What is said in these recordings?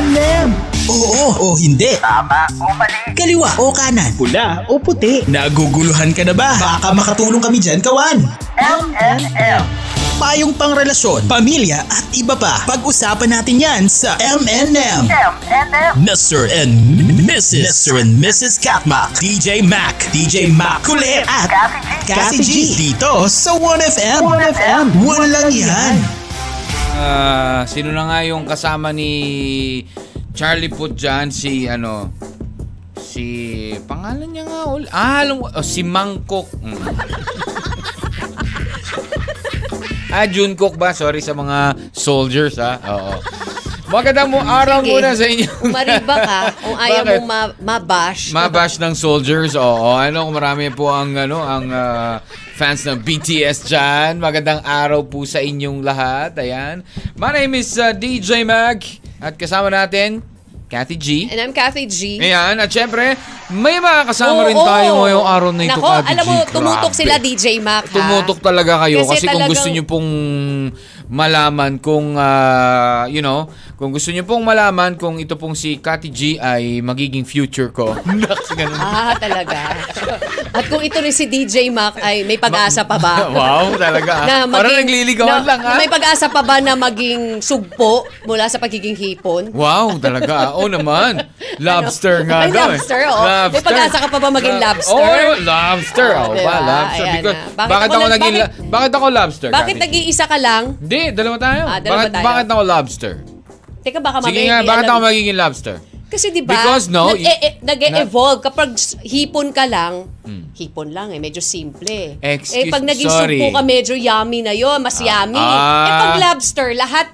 M&M. Oo o hindi. Tama o mali. Kaliwa o kanan. Pula o puti. Naguguluhan ka na ba? Baka makatulong kami dyan, kawan. MNM. Payong pangrelasyon, pamilya at iba pa. Pag-usapan natin yan sa M&M. MNM. Mr. and Mrs. Mr. and Mrs. Katmak. DJ Mac. DJ Mac. Kulit. At Kasi G. Kasi G. Dito sa 1FM. 1FM. Walang yan. Ah, sino na nga yung kasama ni Charlie Puth dyan? Si ano? Si... Pangalan niya nga ul... Ah, alam ko. oh, si Mang Cook. Mm. ah, June Cook ba? Sorry sa mga soldiers ha. Oo. Magandang mo araw Sige. muna sa inyo. Umariba ka kung ayaw Bakit? mong ma- mabash. Mabash ng soldiers, oo. Ano, marami po ang, ano, ang ah, fans ng BTS dyan. Magandang araw po sa inyong lahat. Ayan. My name is ah, DJ Mag. At kasama natin, Kathy G. And I'm Kathy G. Ayan. At syempre, may mga kasama Oo, rin tayo oo. ngayong araw na ito, Nako, Kathy alam mo, G. tumutok Grabe. sila DJ Mac. ha? Tumutok talaga kayo kasi, Kasi kung talagang- gusto nyo pong malaman kung ah, you know, kung gusto nyo pong malaman kung ito pong si Kati G ay magiging future ko. Naks, ganun. Ah, talaga. At kung ito rin si DJ Mac ay may pag-asa pa ba? wow, talaga. ah. Parang nagliligawan na- lang ah. na May pag-asa pa ba na maging sugpo mula sa pagiging hipon? Wow, talaga. ah. Oo naman. Lobster Ano? nga Ay, daw. eh. lobster, oo. May pag-asa ka pa ba maging Lo- lobster? Oo, naman, lobster. Oo, Oo, diba? ba, lobster. Ayan Because, na. bakit, ako, naging, bakit, bakit ako lobster? Bakit Kati G? nag-iisa ka lang? Hindi, dalawa tayo. Ah, dalawa bakit, tayo. ano- bakit ako lobster? Teka, baka Sige mamaya nga, hindi bakit alam- ako magiging lobster? Kasi di ba? Because, no, nag-e- e- nag-e-evolve. Kapag s- hipon ka lang, hipon lang eh, medyo simple. Ex- eh, pag is- naging Hmm. sorry. sugpo ka, medyo yummy na yon mas yummy. ah. eh, pag lobster, lahat,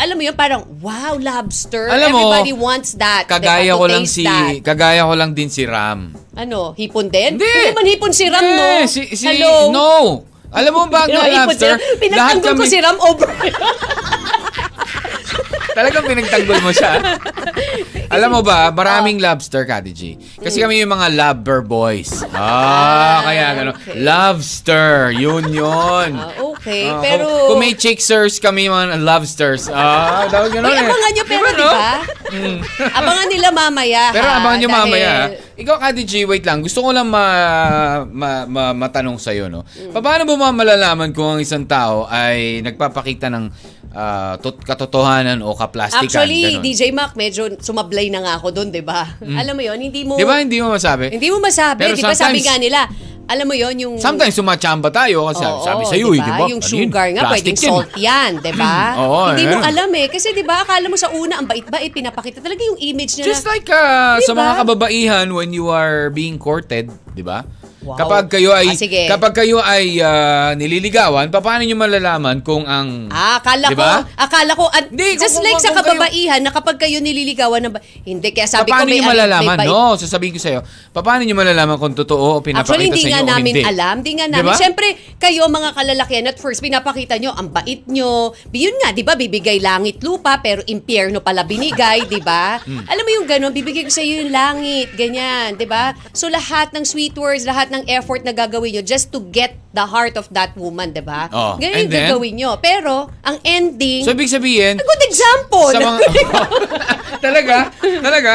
alam mo yun, parang, wow, lobster. Alam mo, Everybody wants that. Kagaya Diba? To ko lang taste si that. kagaya ko lang din si Ram. Ano, hipon din? Hindi. naman hipon si Ram, no? Eh, Si, si, Hello? No. Alam mo ba ang Hindi naman hipon si lobster? Ram. Pinagtanggol ko si Ram over. Talagang pinagtanggol mo siya. Alam mo ba, maraming oh. lobster, Kati G. Mm. Kasi kami yung mga lobber boys. Ah, kaya gano'n. okay. Lobster, yun yun. Ah, okay, Ah, pero... Kung, kung may chicksers, kami yung mga lobsters. Ah, dapat gano'n Uy, eh. abangan nyo pero, di no? Hmm. ba? abangan nila mamaya, Pero ha? abangan nyo Dahil- mamaya. ha? Ikaw, Kati G, wait lang. Gusto ko lang ma, ma, ma, matanong sa'yo, no? Mm. Paano mo ma- malalaman kung ang isang tao ay nagpapakita ng ah, tot- katotohanan o kaplastikan? Actually, Ganon. Mm. DJ Mac, medyo sumablay na nga ako doon, di ba? Alam mo yon hindi mo... Di ba hindi mo masabi? Hindi mo masabi, Pero di ba sabi sometimes- nga nila, alam mo yon yung... Sometimes sumachamba tayo kasi Oo, diba? sabi sa'yo, eh, di ba? Yung Ano yun? sugar nga, Plastic pwedeng yun. salt yan, di ba? Oo, hindi mo ayun. alam eh. Kasi di ba, akala mo sa una, ang bait-bait, pinapakita talaga yung image niya Just na... like ah, Di sa ba? mga kababaihan when you are being courted, di ba? Wow. Kapag kayo ay Ah, sige. kapag kayo ay ah, nililigawan, pa- paano niyo malalaman kung ang diba? Ah, akala Di ba? ko, akala ko, at Hindi, kung- just kung- like kung sa kayo- kababaihan, na kapag kayo nililigawan ng... ba- Hindi, kaya Pa- sabi ko paano may... niyo may malalaman? bait- No, sasabihin ko sa'yo. Pa- Paano niyo malalaman kung totoo o pinapakita Actually, hindi sa inyo nga o namin hindi? alam. Hindi nga Di namin. ba? Siyempre, kayo mga kalalakyan, at first, pinapakita nyo, ang bait nyo. Yun nga, di ba, bibigay langit lupa, pero impyerno pala binigay, di ba? Hmm. Alam mo yung ganun, bibigay ko sa iyo yung langit, ganyan, di ba? So, lahat ng sweet words, lahat ng effort na gagawin nyo just to get the heart of that woman, di ba? Oh, and Ganyan yung then? gagawin nyo. Pero, ang ending, So, ibig sabihin, a good example. sa mga... talaga? Talaga?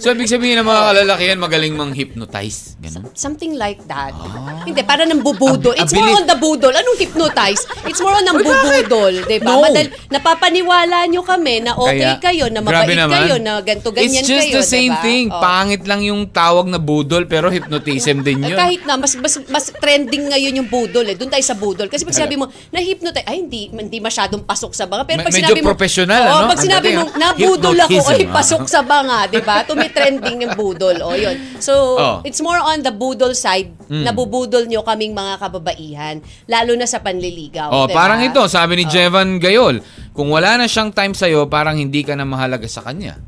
So, ibig sabihin ng mga kalalakihan, magaling mang hypnotize. Ganun. Something like that. Ah. Hindi, para ng bubudol. Ab- It's more abilit- on the budol. Anong hypnotize? It's more on ng bubudol, di ba? No. Madal- napapaniwala nyo kami na okay Kaya- kayo, na Grabe mabait naman. kayo, na ganito, ganyan kayo, It's just the same diba? thing. Oh. Pangit lang yung tawag na budol, pero hypnotism din Eh, yun. Kahit na, mas, mas, mas trending ngayon yung budol eh. Doon tayo sa budol. Kasi pag sinabi mo, na-hypnotize, ay hindi, hindi masyadong pasok sa banga. Pero Me- pag medyo sinabi mo, professional, Oo, ano? pag sinabi Ang mo, dating, ah, nabudol ako, hypnotism, ay ah. pasok sa banga, di ba? Tumitrending yung budol. O yun. So, Oh. Hmm. it's more on the budol side. Nabubudol nyo kaming mga kababaihan. Lalo na sa panliligaw. Oh, di ba? Oh. parang ito, sabi ni Jevan Gayol, kung wala na siyang time sa'yo, parang hindi ka na mahalaga sa kanya.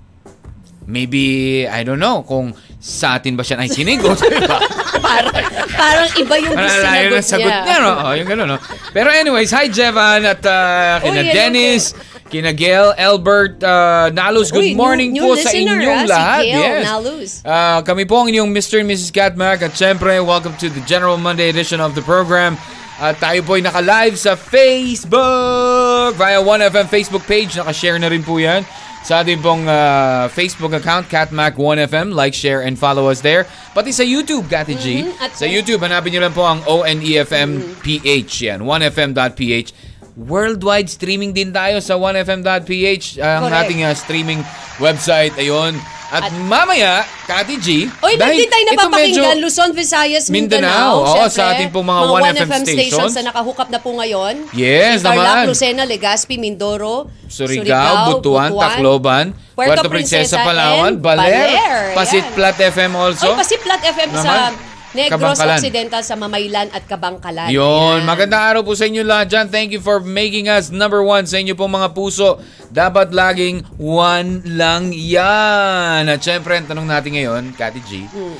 Maybe, I don't know, kung sa atin ba siya nakikinig o diba? parang, parang iba yung Malalayo na sinagot sagot niya. niya. no? Oh, yung gano'n, no? Pero anyways, hi Jevan at ah, kina Uy, yan, Dennis, kina Gail, Albert, ah, Nalus, good Uy, new- morning new po sa listener, inyong ah, si lahat. Gail yes. Nalus. Ah, kami po ang inyong Mr. and Mrs. Catmac at syempre, welcome to the General Monday edition of the program. At tayo po ay naka-live sa Facebook via 1FM Facebook page. Nakashare na rin po yan sa ating pong ah, Facebook account, CatMac1FM. Like, share, and follow us there. Pati sa YouTube, Kati G. Mhm, at- Sa YouTube, hanapin nyo lang po ang E Mm. ONEFM.ph. Yan, 1FM.ph. Worldwide streaming din tayo sa 1FM.ph. Ang Correct. ating ah, streaming website. Ayun. At, At- mamaya, Kati G. Oy, ba't dahil di tayo ito napapakinggan? medyo- Luzon, Visayas, Mindanao. Mindanao. Oo, syempre. sa ating pong mga 1FM 1FM stations stations na nakahook up na po ngayon. Yes, Tarlac, naman. Lucena, Legazpi, Mindoro, Surigao, Butuan, Tacloban, Puerto, Princesa, Palawan, and Baler, Pasit Ayan. Plat FM also. Oy, Pasiplat FM sa Naman. Negros Kabangkalan. Occidental sa Mamaylan at Kabangkalan. Yun, Ayan. magandang araw po sa inyo lahat dyan. Thank you for making us number one sa inyo pong mga puso. Dapat laging one lang yan. At syempre, ang tanong natin ngayon, Kati G, Mm.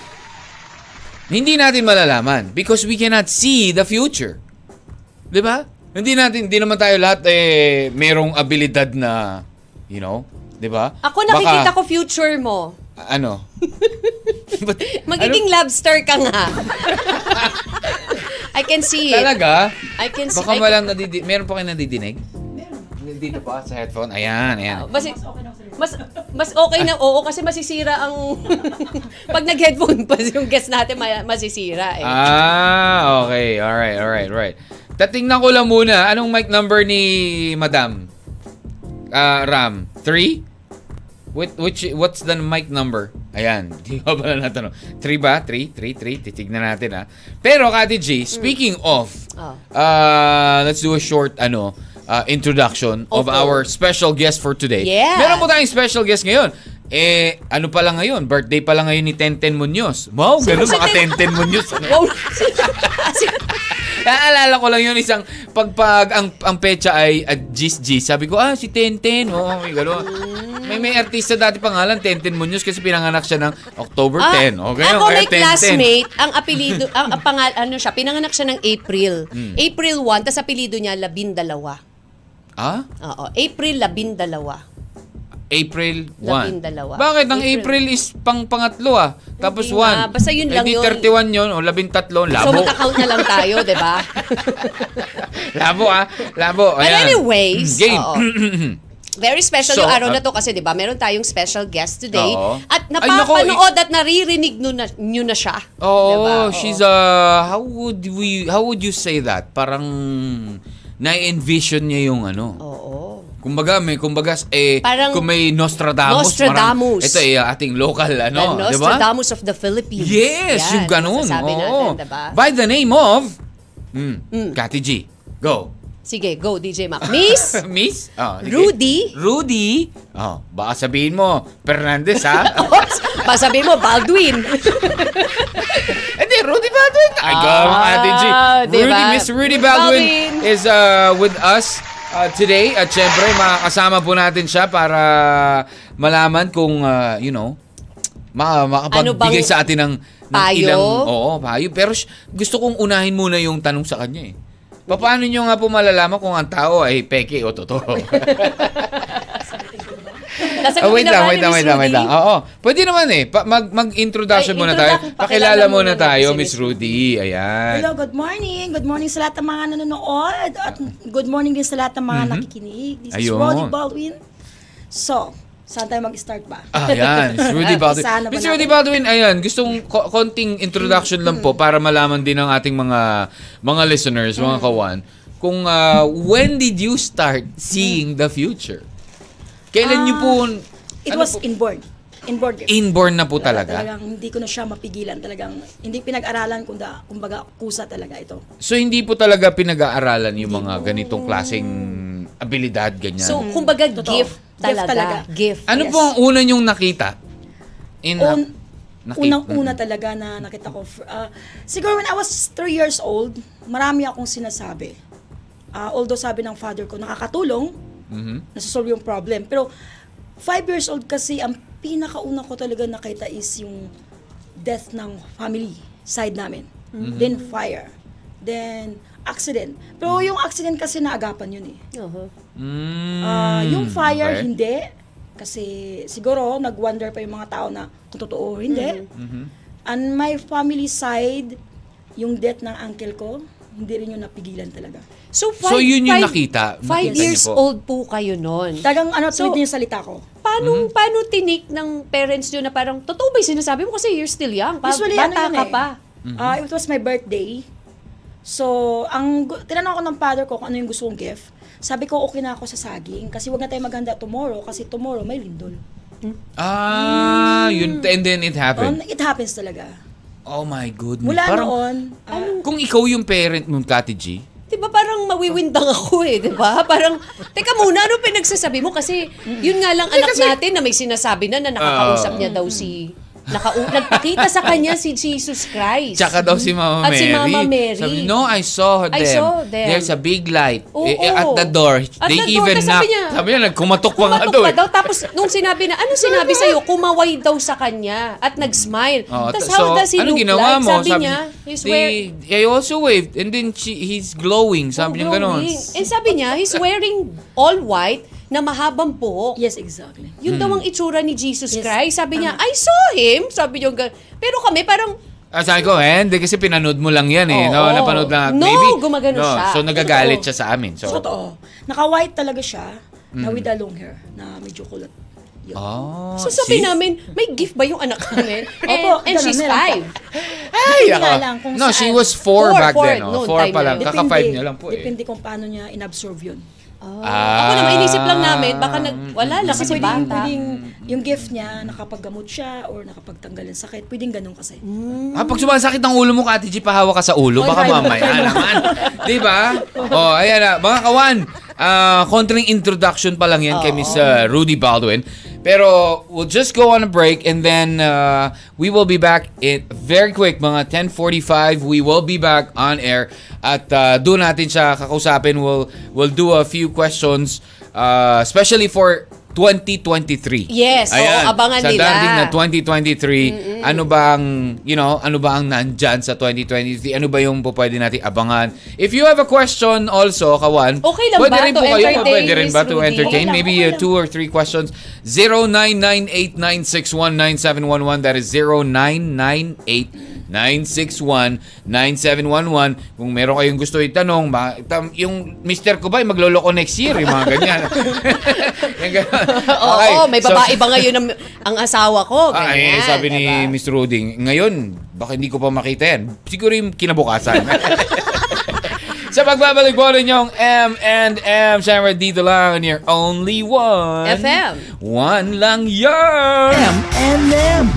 hindi natin malalaman because we cannot see the future. Di ba? Hindi natin, hindi naman tayo lahat eh, merong abilidad na, you know, di ba? Ako nakikita ko future mo. Ano? Ba't- Magiging ano? lobster ka nga. I can see it. Talaga? I can see. Baka I walang nadidi... Meron pa kayo nadidinig? Meron. Dito pa sa headphone. Ayan, ayan. Mas, mas, mas okay na oo kasi masisira ang... pag nag-headphone pa yung guest natin, ma- masisira eh. Ah, okay. Alright, alright, alright. Tatingnan ko lang muna. Anong mic number ni Madam? Ah, Ram. Three? Which, which, what's the mic number? Ayan, di ko pala natanong. Three ba? Three? Three, three. Titignan natin ah. Pero, Kati G, speaking of, Oh. ah, let's do a short, ano, ah, introduction of Opo. our special guest for today. Yeah. Meron po tayong special guest ngayon. Eh, ano pa lang ngayon? Birthday pa lang ngayon ni Tenten Munoz. Wow, ganun Sino si mga Ten- Tenten Munoz. ano? Wow. Naalala ko lang yun isang pagpag ang ang pecha ay at gis gis. Sabi ko ah si Tenten. Oo, may gano'n. May may artista dati pangalan Tenten Munoz kasi pinanganak siya ng October 10. Okay, Ah, ako kaya may Tenten. classmate, ang apelido, ang, ang pangal, ano siya, pinanganak siya ng April. Hmm. April 1, tapos apelido niya, labindalawa. Ah? Oo, April labindalawa. April 1. Labing dalawa. Bakit? Ang April, April. is pang pangatlo ah. Tapos 1. Hindi nga. Basta yun lang yun. 31 yun o 13. So Labo. mag-account na lang tayo, di ba? Labo ah. Labo. But Ayan. anyways, Mm, game. oo. Very special So, yung araw uh, na to kasi 'di ba? Meron tayong special guest today Oo. at Ay, naku, napapanood at naririnig nyo na, nyo na siya. Oh, Diba? Oo. she's a how would we how would you say that? Parang na-envision niya yung ano. Oo. Kumbaga may kumbaga eh Parang kung may Nostradamus. Nostradamus. Parang, ito eh ating local ano, The 'di ba? Nostradamus of the Philippines. Yes, Yan, yung ganun. masasabi Oo. natin, diba? Hmm. By the name of mm, Kati G. Go. Sige, go DJ Mac. Miss Miss? Oh, sige. Rudy? Rudy? Oh, baka sabihin mo, Fernandez ha? Oops, pasabi mo Baldwin. Hindi, Rudy Baldwin. Ay, go, Ate G. Ah, Rudy, diba? Miss Rudy Baldwin, Baldwin. is uh, with us uh, today. At syempre, makakasama po natin siya para malaman kung, uh, you know, ma makapagbigay Ano bang sa atin ng, ng payo? ilang... Oo, payo. Pero sh- gusto kong unahin muna yung tanong sa kanya eh. Pa- Paano nyo nga po malalaman kung ang tao ay peke o totoo? Nasa Oh, wait lang, wait pinakain ni lang, Miss wait lang, wait Rudy. lang. Oh, Oo. Pwede naman eh. Pa- mag, mag-introduction Ay, muna tayo. introduction. Pakilala Pakilala muna muna natin tayo, Miss si Miss Rudy. Hello, Ayan. Oh, good morning. Good morning sa lahat ng mga nanonood. At good morning din sa lahat ng mga nakikinig. This Mhm. Ayun. is Roddy Baldwin. So, saan tayo mag-start ba? Ah, Ayan, Miss Rudy Baldwin. Sana ba Miss natin? Rudy Baldwin, ayan, gustong ko- konting introduction lang Mm. po para malaman din ng ating mga mga listeners, Mm. mga kawan, kung ah, when did you start seeing the future? Kailan niyo po Ah, It ano was po- inborn. Inborn. inborn na po talaga? Talagang hindi ko na siya mapigilan. Talagang hindi pinag-aralan kunda, kumbaga kusa talaga ito. So hindi po talaga pinag-aaralan yung mga ganitong klaseng abilidad ganyan. So, kumbaga Totoo. gift Gift talaga. talaga. Gift. Ano Yes. po ang una niyong nakita? In Un, nakita- unang-una talaga na nakita ko. fr- ah, siguro when I was 3 years old, marami akong sinasabi. Ah, although sabi ng father ko, nakakatulong, Mhm. nasasolve yung problem. Pero, five years old kasi, ang pinakauna ko talaga nakita is yung death ng family side namin. Mm-hmm. Then, fire. Then, accident. Pero yung accident kasi naagapan yun eh. Uh-huh. Mm. Ah, yung Okay. fire, hindi. Kasi siguro, nag-wonder pa yung mga tao na kung totoo o hindi. Mm-hmm. And my family side, yung death ng uncle ko, hindi rin yun napigilan talaga. So, So, five, yun yung five- nakita. Five Nakita niyo years po. old po kayo noon. Talagang ano, So, tweet yung salita ko. Paano Mm-hmm. Paano, paano tinik ng parents nyo na parang, totoo ba yung sinasabi mo? Kasi you're still young. Pa, Usually, ano bata yun ka eh. pa. Ah, it was my birthday. So, ang gu- tinanong ako ng father ko kung ano yung gusto kong gift. Sabi ko, okay na ako sa saging. Kasi wag na tayo maghanda tomorrow. Kasi tomorrow may lindol. Hmm. Ah, yun. And then it Um, happened. it happens talaga. Oh my goodness. Mula Parang- noon, ah, Kung ikaw yung parent nun, Kati G, Di ba parang mawiwindang ako eh, di ba? Parang, teka muna, ano pinagsasabi mo? Kasi yun nga lang anak natin na may sinasabi na na Ah. nakakausap niya daw si... Nakau nagpakita sa kanya si Jesus Christ. tsaka daw si Mama Mary. At si Mama Mary. Sabi, no, I saw them. I saw them. There's a big light Oo. Eh, eh, at the door. At They the door, even tapos knock. sabi niya- sabi niya, nagkumatok pa nga Kumatok daw. pa eh. daw. Tapos nung sinabi na, ano sinabi sa'yo? Kumaway daw sa kanya at nag-smile. Oh, Tapos ta- how does he anong look ginawa like? mo? Sabi, niya, he's "They- wearing... I also waved. And then she, he's glowing. Sabi niya ganon. glowing. And Oh, Eh, sabi niya, he's wearing all white na mahabang buhok. yes, exactly. Yun daw Hmm. ang itsura ni Jesus Yes. Christ. Sabi niya, I saw him. Sabi niya, gan- pero kami parang, Ah, sabi ko, eh, hindi kasi pinanood mo lang yan eh. Oo. no, napanood lang. No, maybe. gumagano siya. So, nagagalit Totoo. siya sa amin. So, So, totoo. Naka-white talaga siya. Mm-hmm. Na with a long hair. Na medyo kulot. Yun. Oh, so sabi see? namin, may gift ba yung anak namin? and, Opo, and ganun, she's meron pa. five. Ay, Depende nga ako. lang kung no, saan. she was four, Four, back four. then. Oh. Noon, Four time pa na lang. yun. Kaka five niya lang po eh. Depende kung paano niya inabsorb yun. Ah. Oh. Mm, Ako naman, inisip lang namin, baka nag, wala lang kasi Kasi pwedeng, bata. pwedeng Mm-hmm. yung gift niya, nakapaggamot siya or nakapagtanggal ng sakit. Pwedeng ganun kasi. Ah, pag sumasakit ang ulo mo, Kati G, pahawa ka sa ulo. Ay, Baka ay, mamaya ay. naman. Di ba? Oh, ayan na. Mga kawan, ah, kontrang introduction pa lang yan kay Miss ah, Rudy Baldwin. Pero we'll just go on a break and then ah, we will be back in very quick, mga 10.45. We will be back on air at ah, doon natin siya kakausapin. We'll, we'll do a few questions, ah, especially for 2023. Yes, oo, abangan sa nila. darating na 2023, ano bang, you know, ano ba ang nandyan sa 2023? Ano ba yung po pwede natin abangan? If you have a question also, Kawan, Okay lang pwede ba rin to po kayo, entertain, pwede rin ba Miss to Rudy? entertain? Okay lang, Maybe okay uh, lang. two or three questions. 0998-961-9711. That is 0998-961-9711. Kung meron kayong gusto itanong, ba, tam, yung mister ko ba, magloloko next year, yung mga ganyan. Yung ganyan. Oo, Okay, may so- babae ba ngayon ang, ang asawa ko? Ah, eh, Ganyan, sabi ni diba? Mr. Ruding, ngayon, baka hindi ko pa makita yan. Siguro yung kinabukasan. Sa pagbabalik po rin yung M&M, syempre dito lang on your only one. FM. One lang yan.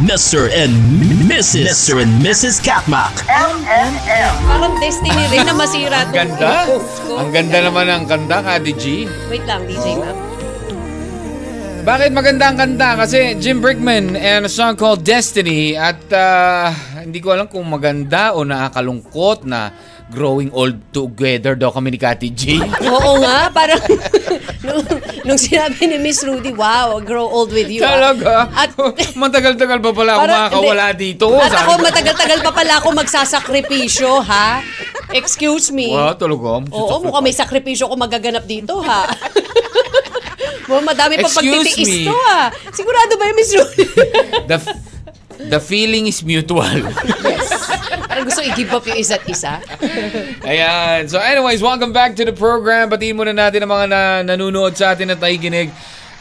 Mr. and Mrs. Mr. and Mrs. Katmak. MNM. Parang destiny rin na masira itong Ganda. i-post ko. Ang ganda naman ang kanta, Kadi G. Wait lang, DJ Mac. Bakit maganda ang kanta? Kasi Jim Brickman and a song called Destiny at ah, hindi ko alam kung maganda o nakakalungkot na growing old together daw kami ni Kati G. Oo nga, parang nung, nung sinabi ni Miss Rudy, wow, grow old with you. ah." Talaga? At, Matagal-tagal pa pala ako Parang- makakawala hindi. dito. at Oh, Sabi ako, ko, matagal-tagal pa pala ako magsasakripisyo, ha? Excuse me. Wow, talaga. Masusok Oo, na mukhang may sakripisyo ko magaganap dito, ha? Mukhang madami pa Excuse me. pagtitiis to, ha? Sigurado ba yung Miss Rudy? pa. The, f- the feeling is mutual. parang gusto i-give up yung isa't isa. Ayan. So anyways, welcome back to the program. Batiin muna natin ang mga na, nanunood sa atin at nakikinig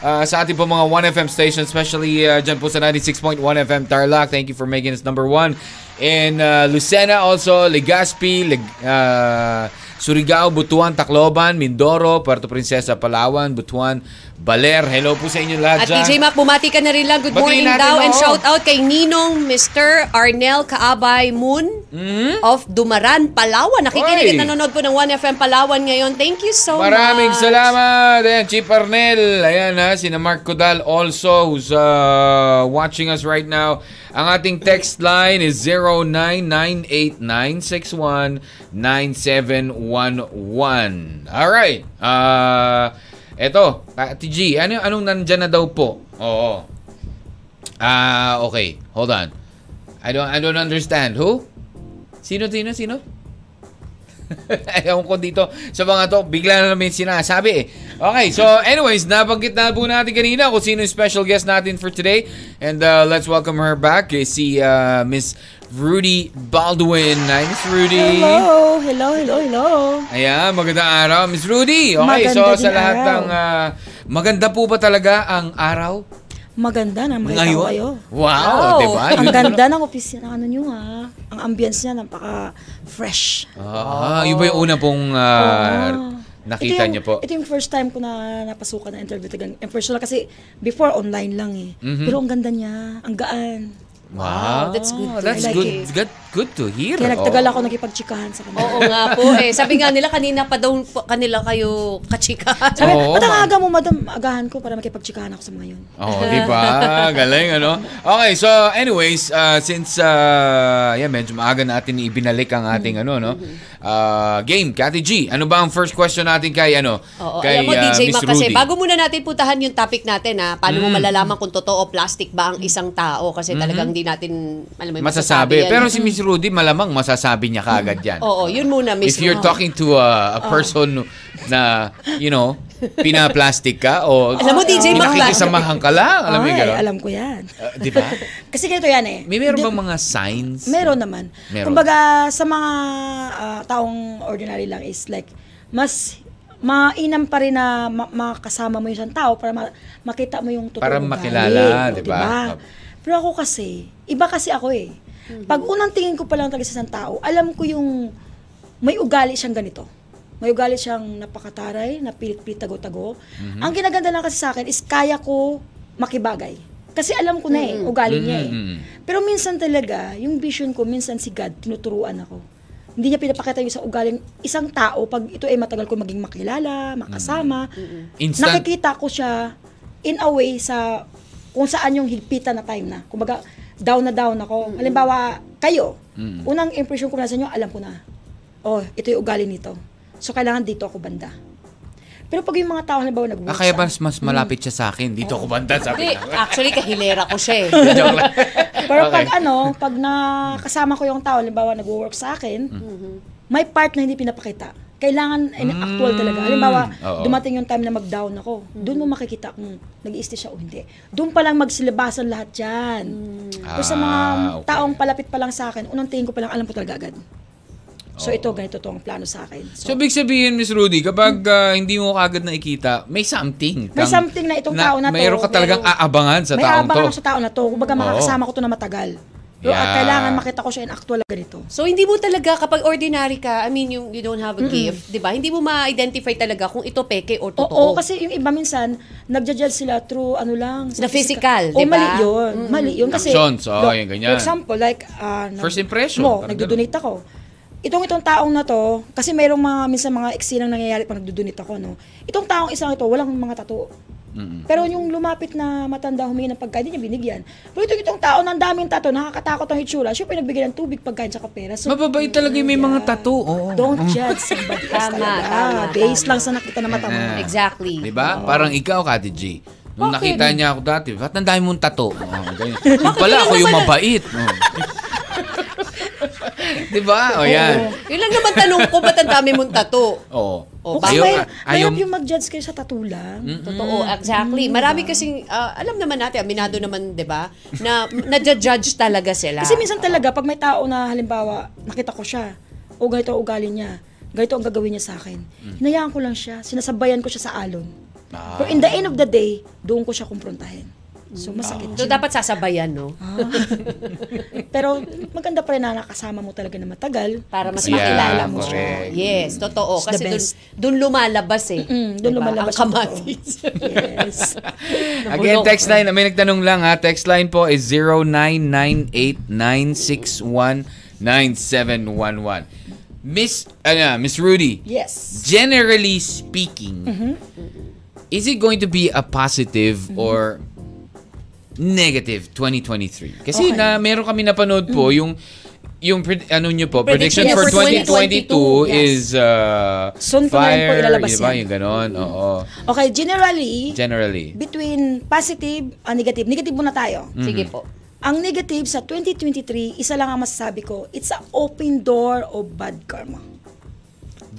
ah, sa ating po mga 1FM station, especially uh, dyan po sa 96.1 FM Tarlac. Thank you for making us number one. In uh, Lucena also, Legazpi, Leg, ah, Surigao, Butuan, Tacloban, Mindoro, Puerto Princesa, Palawan, Butuan, Baler. Hello po sa inyo lahat At dyan. DJ Mac, bumati ka na rin lang. Good Batiin morning natin, daw. And oo. shout out kay Ninong Mr. Arnel Kaabay Moon of Dumaran, Palawan. Hmm? Oy. Nakikinig at nanonood po ng 1FM Palawan ngayon. Thank you so Maraming much. salamat. Ayan, Chief Arnel. Ayan ha, sina Mark Codal also who's uh, watching us right now. Ang ating text line is 0998-961-9711. Alright. Uh, eto, Ati G, ano, anong nandyan na daw po? Oo. Ah, okay. Hold on. I don't I don't understand. Who? Sino, sino, sino? Ewan ko dito sa mga to, bigla na namin sinasabi eh. Okay, so anyways, nabanggit na po natin kanina kung sino yung special guest natin for today. And uh, let's welcome her back, eh, si uh, Miss Rudy Baldwin. Hi, Miss Rudy. Hello, hello, hello, hello. Ayan, magandang araw, Miss Rudy. Okay, Maganda so din sa lahat uh, araw. ng... ah, maganda po ba talaga ang araw? Maganda na makita ko kayo. Ngayon? Wow, Wow. di ba? Ang Yun- ganda ng opisina ano nyo ha. Ang ambience niya napaka-fresh. Ah, yun ba yung una pong ah, Oo. nakita Ito yung- niyo po? Ito yung first time ko na napasukan na interview talagang in personal kasi before online lang eh. Mhm. Pero ang ganda niya, ang gaan. Wow, Oh, that's good to That's hear. good, Like good, good to hear. Oh. Oo. Kaya nagtagal ako nakipagtsikahan sa kanya. Oo nga po eh. Sabi nga nila kanina pa daw po- kanila kayo kachika. Sabi, Oo, oh, ma'am." aga mo madam, agahan ko para makipagtsikahan ako sa mga yun. Oh, di ba? Galing, ano? Okay, so anyways, uh, since uh, yeah, medyo maaga natin ibinalik ang ating Mm-hmm. ano, no? Uh, game, Kati G, ano ba ang first question natin kay, ano? Oo, kay alam mo uh, DJ Miss Mac kasi Rudy? Mm. bago muna natin putahan yung topic natin ha, paano mo malalaman kung totoo plastic ba ang isang tao kasi talagang di natin alam mo Mm-hmm. masasabi. yung masasabi yan. Mm-hmm. Pero si Miss Rudy, malamang masasabi niya kaagad yan. Oo, yun muna If mismo. you're talking to a, Oh. a person na, you know, pinaplastic ka o Alam mo, DJ Mac, pinakikisamahan ka lang, alam mo Ay, yung gano'n? alam ko yan. Uh, di ba? Kasi ganito yan eh. May meron Hindi- bang mga signs? Meron naman. Meron. Kumbaga, sa mga ah, taong ordinary lang is like, mas mainam pa rin na ma- makasama mo yung isang tao para ma- makita mo yung totoo Para ugali, makilala, o, di ba? Pero ako kasi, iba kasi ako eh. Pag unang tingin ko pa lang talaga sa isang tao, alam ko yung may ugali siyang ganito. May ugali siyang napakataray, napilit-pilit tago-tago. Mm-hmm. Ang ginaganda lang kasi sa akin is kaya ko makibagay. Kasi alam ko na eh, ugali niya eh. Mm. Pero minsan talaga, yung vision ko, minsan si God, tinuturuan ako. Hindi niya pinapakita yung sa ugaling isang tao pag ito ay matagal ko maging makilala, makasama. Instant. Nakikita ko siya in a way sa kung saan yung higpitan na time na. Kumbaga, down na down ako. Halimbawa, kayo, Mm-hmm. unang impression ko na sa inyo, alam ko na, oh, ito yung ugali nito. So, kailangan dito ako banda. Pero pag yung mga tao, halimbawa, nag-work Ah, kaya sa- mas, mas malapit siya sa akin. Dito ko banda, sabi Hindi, niya. actually kahilera ko siya eh. Joke lang. Pero Okay. pag ano, pag nakasama ko yung tao, halimbawa nag-work sa akin, may part na hindi pinapakita. Kailangan in actual talaga. Halimbawa, Mm. Oo. dumating yung time na mag-down ako. Doon mo makikita kung nag siya o hindi. Doon pa lang magsilabasan lahat yan. Pero sa mga Ah, okay. taong palapit pa lang sa akin, unang tingin ko pa lang, alam ko talaga agad. So ito, ganito to ang plano sa akin. So, ibig sabihin, Miss Rudy, kapag ah, hindi mo agad nakikita, may something. Hmm. May something na itong tao na to, Mayroon ka talagang merong- aabangan sa may taong habang to. ako sa tao na to. Kumbaga, Oo. makakasama ko to na matagal. Pero ah, Yeah. kailangan makita ko siya in actual na ganito. So hindi mo talaga kapag ordinary ka, I mean yung you don't have a gift, 'di ba? Hindi mo ma-identify talaga kung ito peke or Oo, totoo. kasi yung iba minsan, nagja-judge sila through ano lang. Na physical, di O ba? mali yun. Mali yun kasi. Actions, oo, look, yun, oh, ganyan. For example, like, ah, nag- First impression, Mo, parang nagdodonate ako. Itong itong taong na to, kasi mayroong mga, minsan mga eksinang nangyayari pag nagdodonate ako, no? Itong taong isang ito, walang mga tattoo. Pero yung lumapit na matanda humingi ng pagkain, hindi niya binigyan. Pero itong itong tao na ang daming tato, nakakatakot ang hitsura. Siya pinagbigyan ng tubig, pagkain, tsaka pera. So, Mababait talaga yung may mga tattoo. Oo. Don't judge somebody else Tama, talaga. tama, Based tama. lang sa nakita na mata mo. Ah. Exactly. Di ba? Parang ikaw, Kati G. Nung Bakit? nakita niya ako dati, ba't ang dami mong tato? Oh, ganyan. Yung pala ako yung mabait. Oh. di ba? O yan. Yun lang naman tanong ko, ba't ang dami mong tato? Oo. ah, Oh, Ayaw- Kasi may, ayaw, mahirap yung mag-judge kayo sa tatulang. Totoo, Hmm. exactly. Marami kasing, ah, alam naman natin, aminado naman, di ba, na nadja-judge talaga sila. Kasi minsan talaga, pag may tao na halimbawa, nakita ko siya, o ganito ang ugali niya, ganito ang gagawin niya sa akin, hinayaan ko lang siya, sinasabayan ko siya sa alon. Pero in the end of the day, doon ko siya kumprontahin. So masakit So, siya. dapat sasabayan, no? Pero maganda pa rin na nakasama mo talaga na matagal. Para mas Yeah, makilala mo correct. siya. Yes, totoo. It's Kasi the dun, best. dun lumalabas eh. Mm, doon Diba? lumalabas Mm-hmm. Ang yung totoo. kamatis. Yes. Again, text line. May nagtanong lang ha. Text line po is 0998-961-9711. Miss, ano, Miss Rudy, yes. generally speaking, is it going to be a positive or negative 2023? Kasi Okay. Mm. na meron kami napanood po yung yung pred- ano nyo po, prediction, Prediction for for 2022, 2022, is uh, Soon ko na rin po fire, ilalabas di ba? yan. Yung ganon, oo. Okay, generally, Generally. between positive and negative, negative muna tayo. Sige po. Ang negative sa 2023, isa lang ang masasabi ko, it's a open door of bad karma.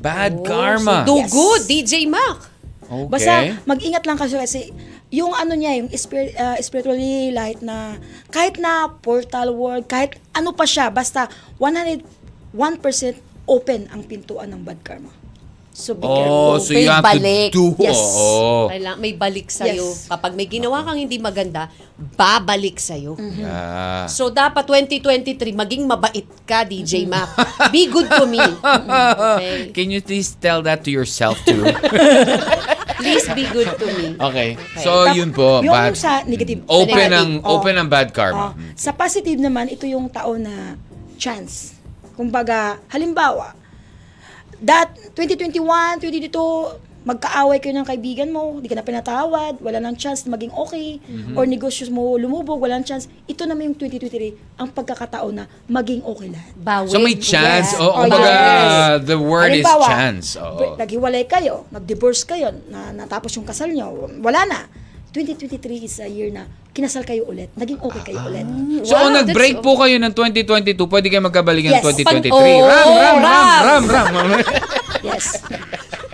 Bad Oh, karma. So, do Yes. good, DJ Mac. okay. Basta mag-ingat lang kasi kasi yung ano niya, yung spir- uh, spiritually light na kahit na portal world, kahit ano pa siya, basta 101% open ang pintuan ng bad karma. So be Oh, careful. so you May have balik. to do. Yes. Oo. Kaila- may balik sa'yo. Yes. Kapag may ginawa kang hindi maganda, babalik sa'yo. Mm-hmm. Yeah. So dapat 2023, maging mabait ka, DJ Map. Be good to me. Okay. Can you please tell that to yourself too? Please be good to me. okay. Okay. So, Tap- yun po. Yung bad- sa negative. sa open negative. Oh. ang Oo. open ang bad karma. Oo. sa positive naman, ito yung taon na chance. Kumbaga, halimbawa, that 2021, 2022, magkaaway kayo ng kaibigan mo, hindi ka na pinatawad, wala nang chance na maging okay, or negosyo mo lumubog, wala nang chance. Ito naman yung 2023, ang pagkakataon na maging okay lahat. Bawin. So may chance. Yes. Oh, Oh, kumbaga, yes. the word is Halimbawa, chance. Oh. Oo. Naghiwalay kayo, nag-divorce kayo, na, natapos yung kasal nyo, wala na. 2023 is a year na kinasal kayo ulit, naging okay kayo ulit. So, Wow, oh, nag-break that's- po kayo ng 2022, pwede kayo magkabalikan ng Yes. 2023. Pan- ram, oh, ram, ram, ram, ram. ram. Yes.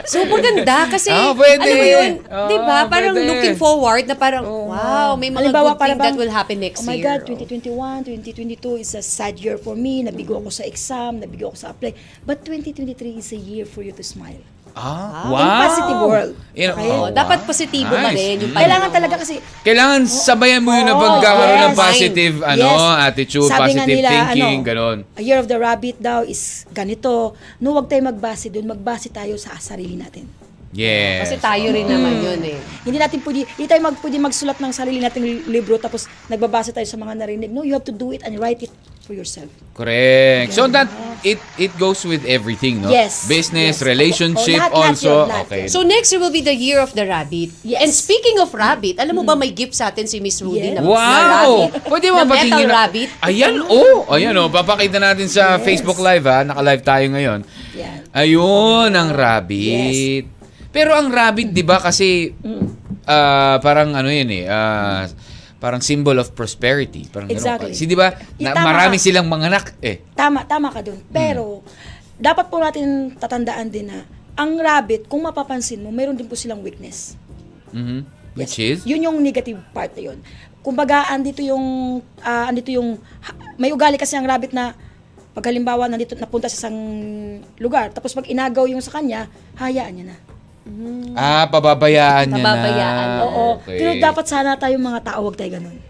So maganda kasi, Ah, pwede. alam mo yun, Oo, di ba? Parang pwede. Oh, looking forward na parang, wow, may mga Halimbawa, good thing para bang, that will happen next oh my year. God, 2021, 2022 is a sad year for me. Nabigo ako sa exam, nabigo ako sa apply. But 2023 is a year for you to smile. ah, Wow. wow. Positive world. Yun, Okay. wow. Oh, dapat positibo Nice. na rin yung Mm. Kailangan talaga kasi Kailangan sabayan mo yun na Oo, pagkakaroon ng Oh, yes. positive ano, Yes. attitude, Sabi nga positive nila, thinking, ano, ganon. A year of the rabbit daw is ganito. No, wag tayo magbase doon. Magbase tayo sa sarili natin. Yes. Oh. Kasi tayo rin Hmm. naman yun eh. Hindi natin pwede, hindi tayo mag, pwede magsulat ng sarili nating libro tapos nagbabasa tayo sa mga narinig. No, you have to do it and write it for yourself. Correct. So that it it goes with everything, no? Yes. Business, Yes. relationship Oh, lahat, lahat also. yun, lahat okay. yun. So next year will be the year of the rabbit. Yes. And speaking of rabbit, alam mo ba may gift sa atin si Miss Rudy Yes. na, na Hmm. Wow! rabbit? Pwede na mo patingin metal na- rabbit? Ayan, oh! Ayan, oh. Papakita natin sa Yes. Facebook Live, ha? Naka-live tayo ngayon. Yan. Ayun, ang rabbit. Pero ang rabbit, di ba, kasi Mm. ah, parang ano yun eh, ah, parang symbol of prosperity. Parang ganun. Exactly. Kasi di ba, na, Itama ka. marami silang manganak eh. Tama, tama ka Mm. dun. Pero, dapat po natin tatandaan din na, ang rabbit, kung mapapansin mo, meron din po silang weakness. Mhm. Which is? Yes. Yun yung negative part na yun. Kumbaga, andito yung, ah, andito yung, ha- may ugali kasi ang rabbit na, pag halimbawa, nandito, napunta sa isang lugar, tapos pag inagaw yung sa kanya, hayaan niya na. Ah, pababayaan niya Pababayaan. na. Oo. Ah, Okay. Pero dapat sana tayong mga tao, huwag tayo ganun.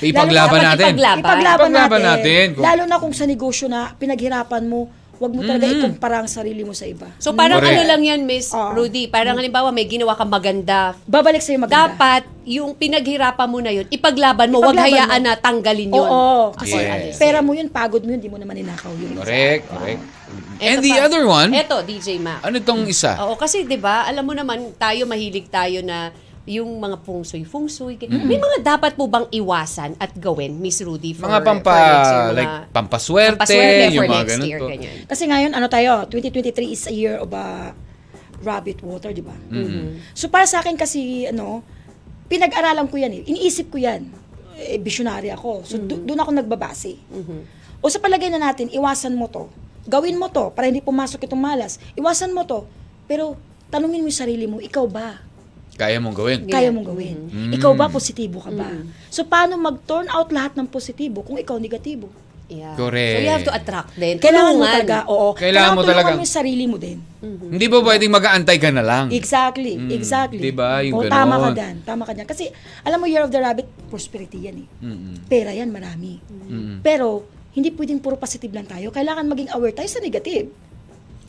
Ipaglaban Dapat natin. ipaglaban. Ipaglaban, Ipaglaban natin. natin. Kung- Lalo na kung sa negosyo na pinaghirapan mo, huwag mo talaga Mm-hmm. ikumpara ang sarili mo sa iba. So parang Correct. ano lang yan, Miss Ah. Oo. Hmm. Rudy. Parang halimbawa may ginawa kang maganda. Babalik sa'yo maganda. Dapat yung pinaghirapan mo na yun, ipaglaban mo. Huwag Ipaglaban hayaan mo. na tanggalin yun. Oo. Kasi Yes. pera mo yun, pagod mo yun, di mo naman ninakaw yun. Correct, correct. And Eto the pa. other one, Eto, DJ Mac. ano tong isa? Oo, kasi 'di ba, alam mo naman tayo mahilig tayo na yung mga fungsoy fungsoy. May mga dapat po bang iwasan at gawin, Miss Rudy, for mga pampa, for next year, mga like, pampaswerte, pampaswerte yung for mga next ganun year, po. ganyan. Kasi ngayon, ano tayo, 2023 is a year of a rabbit water, di ba? Mm-hmm. So para sa akin kasi, ano, pinag-aralan ko yan eh. Iniisip ko yan. Eh, visionary ako. So do- doon ako nagbabase. O sa palagay na natin, iwasan mo to. Gawin mo to para hindi pumasok itong malas. Iwasan mo to. Pero tanungin mo yung sarili mo, ikaw ba? Kaya mong gawin. kaya mong gawin. Ikaw ba, positibo ka ba? So, paano mag-turn out lahat ng positibo kung ikaw negatibo? Yeah. Correct. So you have to attract din. Kailangan mo Tulungan. talaga, oo. Mm. Kailangan mo tulungan talaga. mo yung sarili mo din. Hindi ba pwedeng mag-aantay ka na lang? Exactly, exactly. Diba? Yung Oo, Tama ka ganon. dyan, tama ka dyan. Kasi, alam mo, Year of the Rabbit, prosperity yan eh. Pera yan, marami. Pero, hindi pwedeng puro positive lang tayo. Kailangan maging aware tayo sa negative.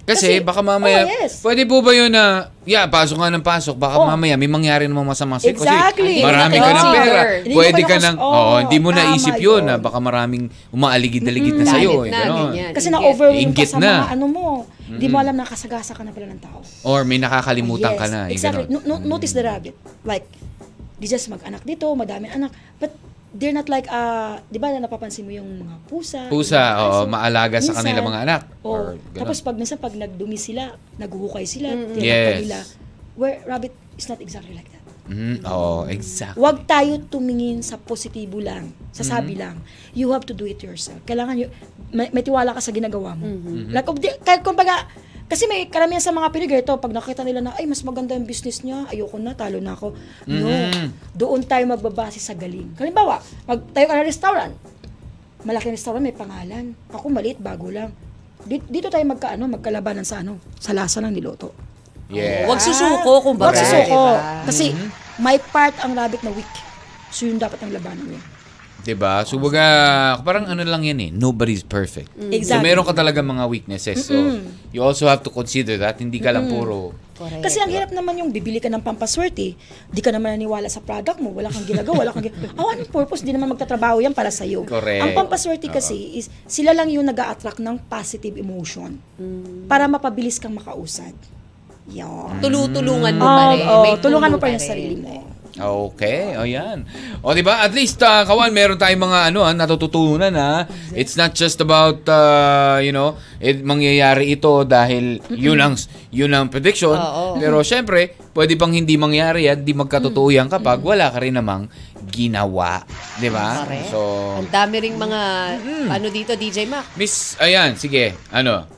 Kasi, Kasi- baka mamaya, Oh, yes. pwede po ba yun na, yeah, pasok ka ng pasok, baka Oh. mamaya may mangyari namang masama sa'yo. Kasi Exactly. marami ka Hindi mo ng na-consider. pera. Hindi mo Pwede ka na-cons- ng, Oo, oh, hindi mo tama naisip yun, yun. na baka maraming umaaligid-aligid na sa'yo. Galit Eh, na, ganon. ganyan. Kasi Inggit. na-overwhelm ka Inggit sa na. mga ano mo. Hindi mo alam nakasagasa ka na pala ng tao. Or may nakakalimutan yes, ka na. eh, Exactly. ganon. No- no- notice the rabbit. Like, di just mag-anak dito, madaming anak. But they're not like, ah, di ba na napapansin mo yung mga pusa? Pusa, yung mga oo, aso. maalaga sa Minsan, kanila mga anak. oo. Or ganun. tapos pag minsan pag nagdumi sila, naguhukay sila, mm Yes. nila. Where rabbit is not exactly like that. Mm, oh, exactly. Huwag tayo tumingin sa positibo lang, sa sabi lang. You have to do it yourself. Kailangan you, may, may tiwala ka sa ginagawa mo. Like, of the- kahit kung baga, kasi may karamihan sa mga Pilipino ito, pag nakita nila na, ay, mas maganda yung business niya, ayoko na, talo na ako. No. Mhm. Doon tayo magbabase sa galing. Halimbawa, mag, tayo ka ng restaurant. Malaking restaurant, may pangalan. Ako maliit, bago lang. Di- Dito tayo magkaano, magkalabanan sa ano, sa ano, lasa ng niloto. Yeah. Huwag susuko, kumbaga. Huwag susuko. Diba? Kasi may part ang rabbit na weak. So yun dapat ang labanan niya. 'Di ba? diba? So baga, parang ano lang 'yan eh, nobody's perfect. Mm. So Exactly. meron ka talaga mga weaknesses. So you also have to consider that hindi ka lang puro Correct. Kasi ang hirap naman yung bibili ka ng pampaswerte, di ka naman naniwala sa product mo, wala kang ginagawa, wala kang ginagawa. Oh, anong purpose? Di naman magtatrabaho yan para sa'yo. Correct. Ang pampaswerte kasi is sila lang yung nag attract ng positive emotion Mm. para mapabilis kang makausad. Yun. Tulutulungan mo Oh, pa rin. oh, May tulungan mo tulong pa yung rin. sarili mo. Okay, o yan. O di ba? At least ah, kawan meron tayong mga ano ah, natututunan ha. It's not just about ah, you know, it mangyayari ito dahil yun ang yun ang prediction. Oo. Pero syempre, pwede pang hindi mangyari at di magkatotoo yan kapag wala ka rin namang ginawa, di ba? Correct. So, Ang dami ring mga, ano dito, DJ Mac, Miss, ayan, sige. Ano?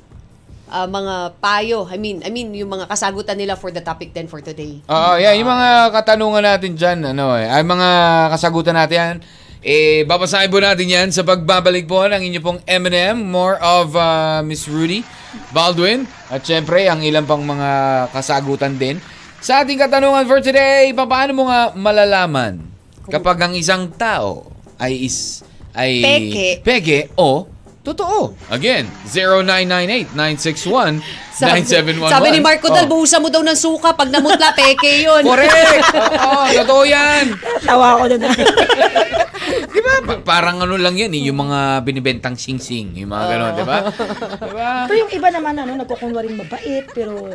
ah, mga payo. I mean, I mean, yung mga kasagutan nila for the topic then for today. Oo, yeah, yung mga katanungan natin dyan, ano eh, ay mga kasagutan natin yan, eh, babasahin po natin yan sa pagbabalik po ng inyo pong M&M, more of uh, Miss Rudy Baldwin, at syempre, ang ilang pang mga kasagutan din. Sa ating katanungan for today, pa- paano mo nga malalaman kapag ang isang tao ay is ay Peke. peke o totoo? Again, 0998-961-9711. sabi ni Marco Dal, Oh. buhusan mo daw ng suka. Pag namutla, peke yun. Correct! Oo, totoo yan! Tawa ako na Di ba? Pa- parang ano lang yan eh, yung mga binibentang sing-sing, yung mga gano'n, di ba? Di ba? Pero yung iba naman, ano, nagkukunwa rin mabait, pero...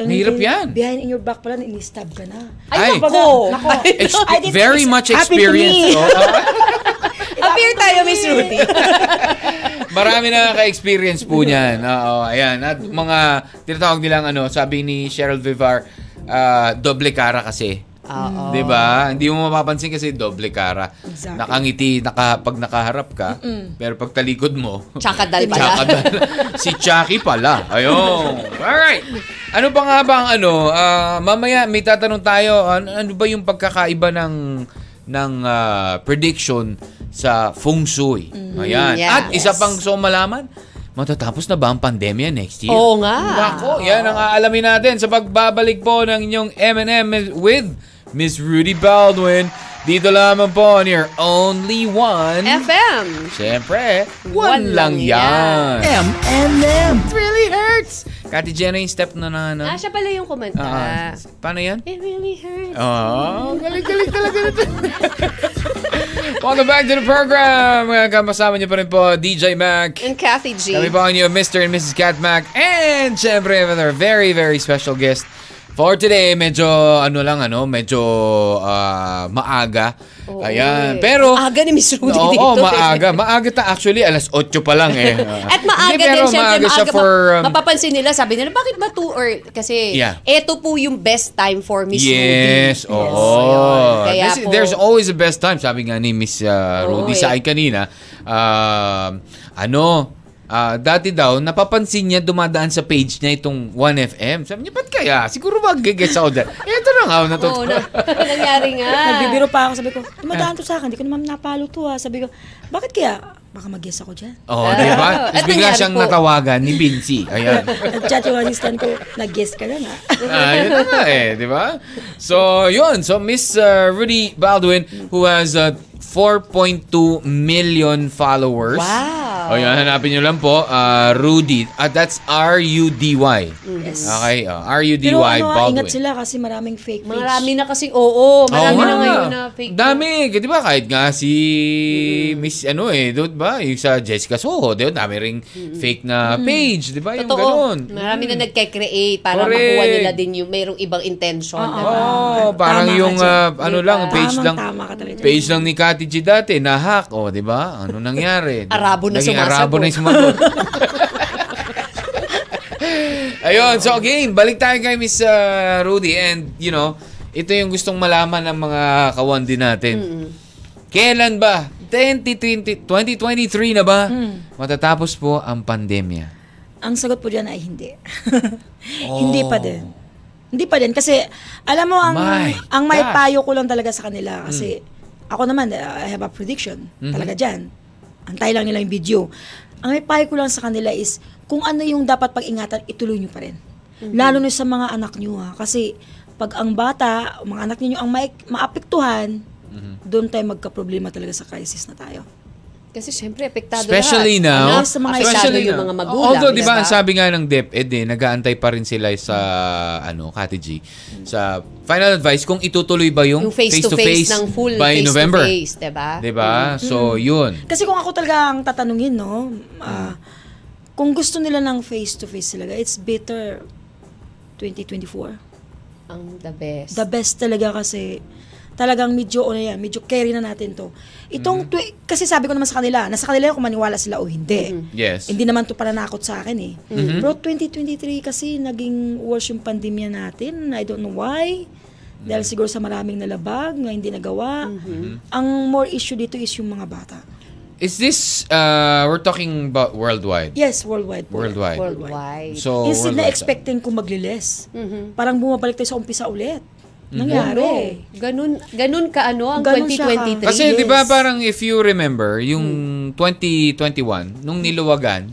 ang- Mahirap yan. Behind in your back pala, ini-stab ka na. Ay. Ay, nako. Nako. Ex- I think very it's much happened to me. experience. Oh, ah. Appear tayo, Miss Rudy. marami na ka-experience po niyan. Oo, ayan. At mga tinatawag nilang ano, sabi ni Cheryl Vivar, ah, doble cara kasi. Oo. 'Di ba? Hindi mo mapapansin kasi doble cara. Ah, Exactly. Nakangiti naka pag nakaharap ka, pero pag talikod mo, Tsakadal pala. Tsakadal. si Chucky pala. Ayun. Alright. Ano pa nga ba ang ano? ah, mamaya may tatanong tayo. Ano, ano ba yung pagkakaiba ng ng ah, prediction sa feng shui? Ayan. yeah. At isa Mm-hmm. Yes. pang so malaman, matatapos na ba ang pandemya next year? Oo nga. Nako, yan ang aalamin natin sa pagbabalik po ng inyong M&M with Miss Rudy Baldwin. Dito lamang po on your only one. FM. Siyempre, one, One lang lang yan. M&M. It really hurts. Kati Jenna yung step na na ano. Ah, siya Eh. pala yung kumanta. Ah, paano yan? It really hurts. Oh, Hmm, galing-galing talaga nito. Welcome back to the program. Kasama niyo pa rin po DJ Mac. And Kathy G. Kami po ang inyo, Mr. and Mrs. Cat Mac. And syempre, with our very, very special guest for today. Medyo, ano lang, ano, medyo ah, maaga. Oo, Ayan. eh. Pero, Aga ni Miss Rudy Oo, dito. oo, eh. maaga. Maaga ta actually alas 8 pa lang eh. At maaga Hindi, pero din, syempre, maaga maaga, siya pa- for um, mapapansin nila, sabi nila, bakit ba two or, kasi, Yeah. eto po yung best time for Miss Rudy. Yes, oo. ayun. Kaya This- po, there's always a best time, sabi nga ni Miss uh, Oo, Rudy eh. sa akin kanina. Um, ano, ah, dati daw, napapansin niya dumadaan sa page niya itong 1FM. Sabi niya, ba't kaya? Siguro mag-guess ako dyan. Eh, Ito na nga, Oo, natutuwa. na, nangyari nga. Nagbibiro pa ako, sabi ko, dumadaan to sa akin, di ko naman napalo to ha. Sabi ko, bakit kaya? Baka mag-guess ako dyan. Oo, oh, di ba? Ah, Tapos at bigla nangyari siyang po. natawagan ni Vinci. Ayan. Nag-chat yung assistant ko, nag-guess ka na nga. Ah, yun na nga eh, di ba? So, yun. So, Miss uh, Rudy Baldwin, who has uh, 4.2 million followers. Wow. O yun, hanapin nyo lang po, uh, Rudy. At that's R-U-D-Y. Yes. Okay, uh, R-U-D-Y Pero ano, ah, Baldwin. ingat sila kasi maraming fake page. Marami na kasing, oo, marami Oo na nga. ngayon na ah, fake. Dami, eh, di ba? Kahit nga si Mm-hmm. Miss, ano eh, di ba? Yung sa Jessica Soho, di ba? Dami ring Mm-hmm. fake na page, di ba? Yung Totoo. ganun. Mm. Marami na nagke-create para Correct. makuha nila din yung mayroong ibang intention. Oo. diba? Oh, Tama parang ka yung dyan. ah, ano lang, Diba? page Tamang lang. tama ka talaga. Page lang ni Kati G dati, na-hack. O, di ba? Ano nangyari? Arabo na Naging sumasagot. Arabo na yung sumagot. Ayun, so again, balik tayo kay Miss ah, Rudy and you know, ito yung gustong malaman ng mga kawan din natin. Mm-hmm. Kailan ba? 2020, 2023 na ba? Mm. Matatapos po ang pandemya. Ang sagot po dyan ay hindi. Hindi pa din. Hindi pa din kasi alam mo ang Oh. My ang may gosh. Mm. payo ko lang talaga sa kanila kasi ako naman uh, I have a prediction Mm-hmm. talaga diyan. Antay lang nila yung video. Ang may payo ko lang sa kanila is kung ano yung dapat pag-ingatan, ituloy nyo pa rin. Lalo na sa mga anak nyo ha. Kasi pag ang bata, mga anak ninyo ang maik- maapektuhan, Mm-hmm. doon tayo magka-problema talaga sa crisis na tayo. Kasi syempre, apektado Especially lahat. now. Anak, Yes, sa mga apektado especially yung now. mga magulang. Although, di ba, ang sabi nga ng DepEd, eh, nag-aantay pa rin sila sa, ano, Kati G, sa final advice kung itutuloy ba yung, yung face-to-face ng full by face-to-face, November. di ba? Di ba? Mm-hmm. So, yun. Kasi kung ako talaga ang tatanungin, no, ah, kung gusto nila ng face-to-face talaga, it's better 2024. Ang the best. The best talaga kasi talagang medyo ano yan, medyo carry na natin to. Itong twe- kasi sabi ko naman sa kanila, nasa kanila yun kung maniwala sila o hindi. Yes. Hindi naman to pananakot sa akin eh. Pero 2023 kasi naging worse yung pandemya natin. I don't know why. Dahil siguro sa maraming nalabag na hindi nagawa. Ang more issue dito is yung mga bata. Is this, uh, we're talking about worldwide? Yes, worldwide. po. Worldwide. Worldwide. So, Instead na worldwide. expecting kung magliles. Mm-hmm. Parang bumabalik tayo sa umpisa ulit. Nangyari. Ganun, ganun ka ano ang Ganun siya 2023. Kasi Yes. di ba parang if you remember, Hmm. yung 2021, nung niluwagan,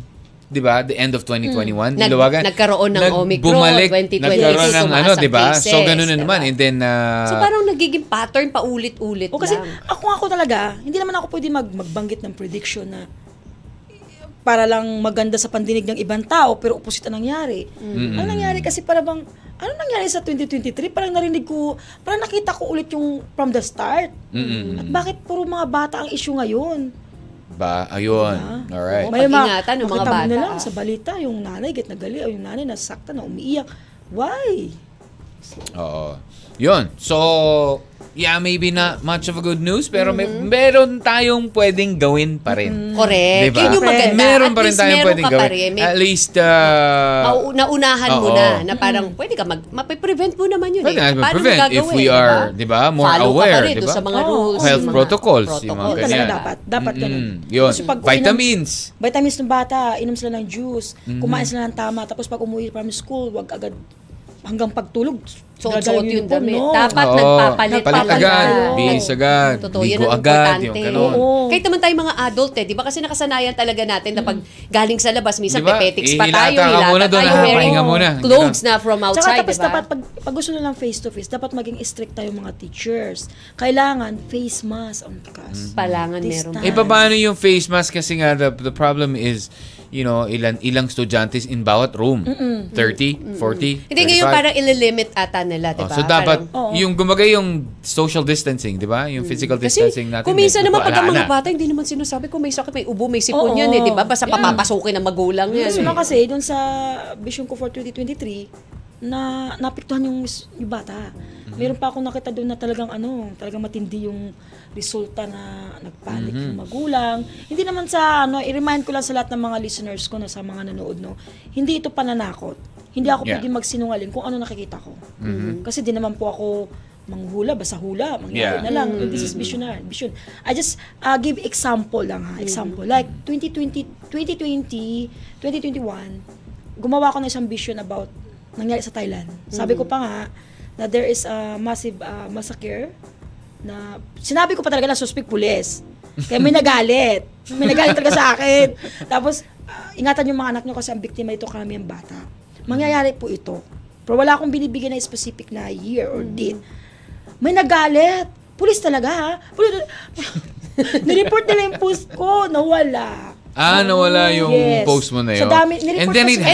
di ba, the end of 2021, Hmm. Nag- niluwagan. nagkaroon ng Omicron, bumalik, 2022 nagkaroon ng ano, tumaas ang di ba? cases, So, ganun na di ba? naman. And then, uh, so parang nagiging pattern pa ulit-ulit O kasi lang. ako ako talaga, hindi naman ako pwede mag magbanggit ng prediction na para lang maganda sa pandinig ng ibang tao pero opposite ang nangyari. Mm-hmm. Ang nangyari kasi para bang ano nangyari sa 2023? Parang narinig ko, parang nakita ko ulit yung from the start. Mm-mm. At bakit puro mga bata ang issue ngayon? ba, ayun. Diba? Alright. Oo, May ma- pag-ingatan ng mga makita mo na bata. lang sa balita, yung nanay get nagali, o yung nanay nasakta na umiiyak. Why? Oo. Yun. So, yeah, maybe not much of a good news, pero may, meron tayong pwedeng gawin pa rin. Mm-hmm. Correct. Diba? Yun yung maganda. Meron At pa rin least tayong meron pwedeng ka pa gawin. rin. May- At least, uh, Mau- naunahan mo Ah, oo. na na parang pwede ka mag mapiprevent mo naman yun Pwede eh. natin Paano mo prevent if gagawin, we are, di ba, more Follow ka aware, pa rin di dun ba? sa mga Oo. rules, health yung mga protocols, yung mga protocols. Yun ganyan. talaga dapat. Dapat ganun. Mm, yun. Kasi pag uwi ng- Vitamins. vitamins ng bata, inom sila ng juice, kumain sila ng tama, tapos pag umuwi from school, wag agad hanggang pagtulog. Suot-suot dadalang yung uniform, damit. no? Dapat Oo. nagpapalit Palit pa agad, pala. bihis agad, Totoo, ligo yun ang agad, importante. yung ganun. Oo. Kahit naman tayo mga adult eh, di ba? Kasi nakasanayan talaga natin na Mm. pag galing sa labas, minsan Di ba? pepetics pa Ihilata tayo, ka muna hilata dun, tayo, ah, wearing pahinga muna. clothes Ganun. na from outside, diba? Tsaka tapos di ba? dapat, pag, pag gusto nilang face-to-face, dapat maging strict tayo mga teachers. Kailangan face mask on class. Palangan meron. Distance. Eh, paano yung face mask? Kasi nga, the, the problem is, you know, ilan, ilang estudyante in bawat room. 30, 40, Hindi ngayon 35. parang ililimit ata nila, di Oh, ba? so dapat Parang- Oo. yung gumagay yung social distancing, 'di ba? Yung physical distancing natin. kung minsan medyo naman pag ang wala mga na. bata, hindi naman sinasabi kung may sakit, may ubo, may sipon Oo. yan eh, di ba? Basta Yeah. papapasukin ng magulang yan. Kasi eh. naman kasi, dun sa vision ko for 2023, na napiktuhan yung, mis- yung bata. Mm-hmm. Meron pa ako nakita doon na talagang ano, talagang matindi yung resulta na nagpanik Mm-hmm. yung magulang. Hindi naman sa ano, i-remind ko lang sa lahat ng mga listeners ko na sa mga nanood, no, hindi ito pananakot. Hindi ako Yeah. pwedeng magsinungaling kung ano nakikita ko. Mm-hmm. Kasi di naman po ako manghula, basta hula, mangyari Yeah. na lang. This is visionary. Vision. I just uh, give example lang ha. Example. Like 2020, 2020, 2021, gumawa ko ng isang vision about nangyari sa Thailand. Sabi ko pa nga na there is a massive uh, massacre na sinabi ko pa talaga na suspect pulis. Kaya may nagalit. May nagalit talaga sa akin. Tapos, ah, ingatan yung mga anak nyo kasi ang biktima ito karamihan bata. Mangyayari po ito. Pero wala akong binibigyan ng specific na year or date. May nagalit. Pulis talaga ha. Pulis. nireport nila yung post ko. Nawala. Ah, nawala yung Yes. post mo na Sa yun. dami- nireport and then ko it sa-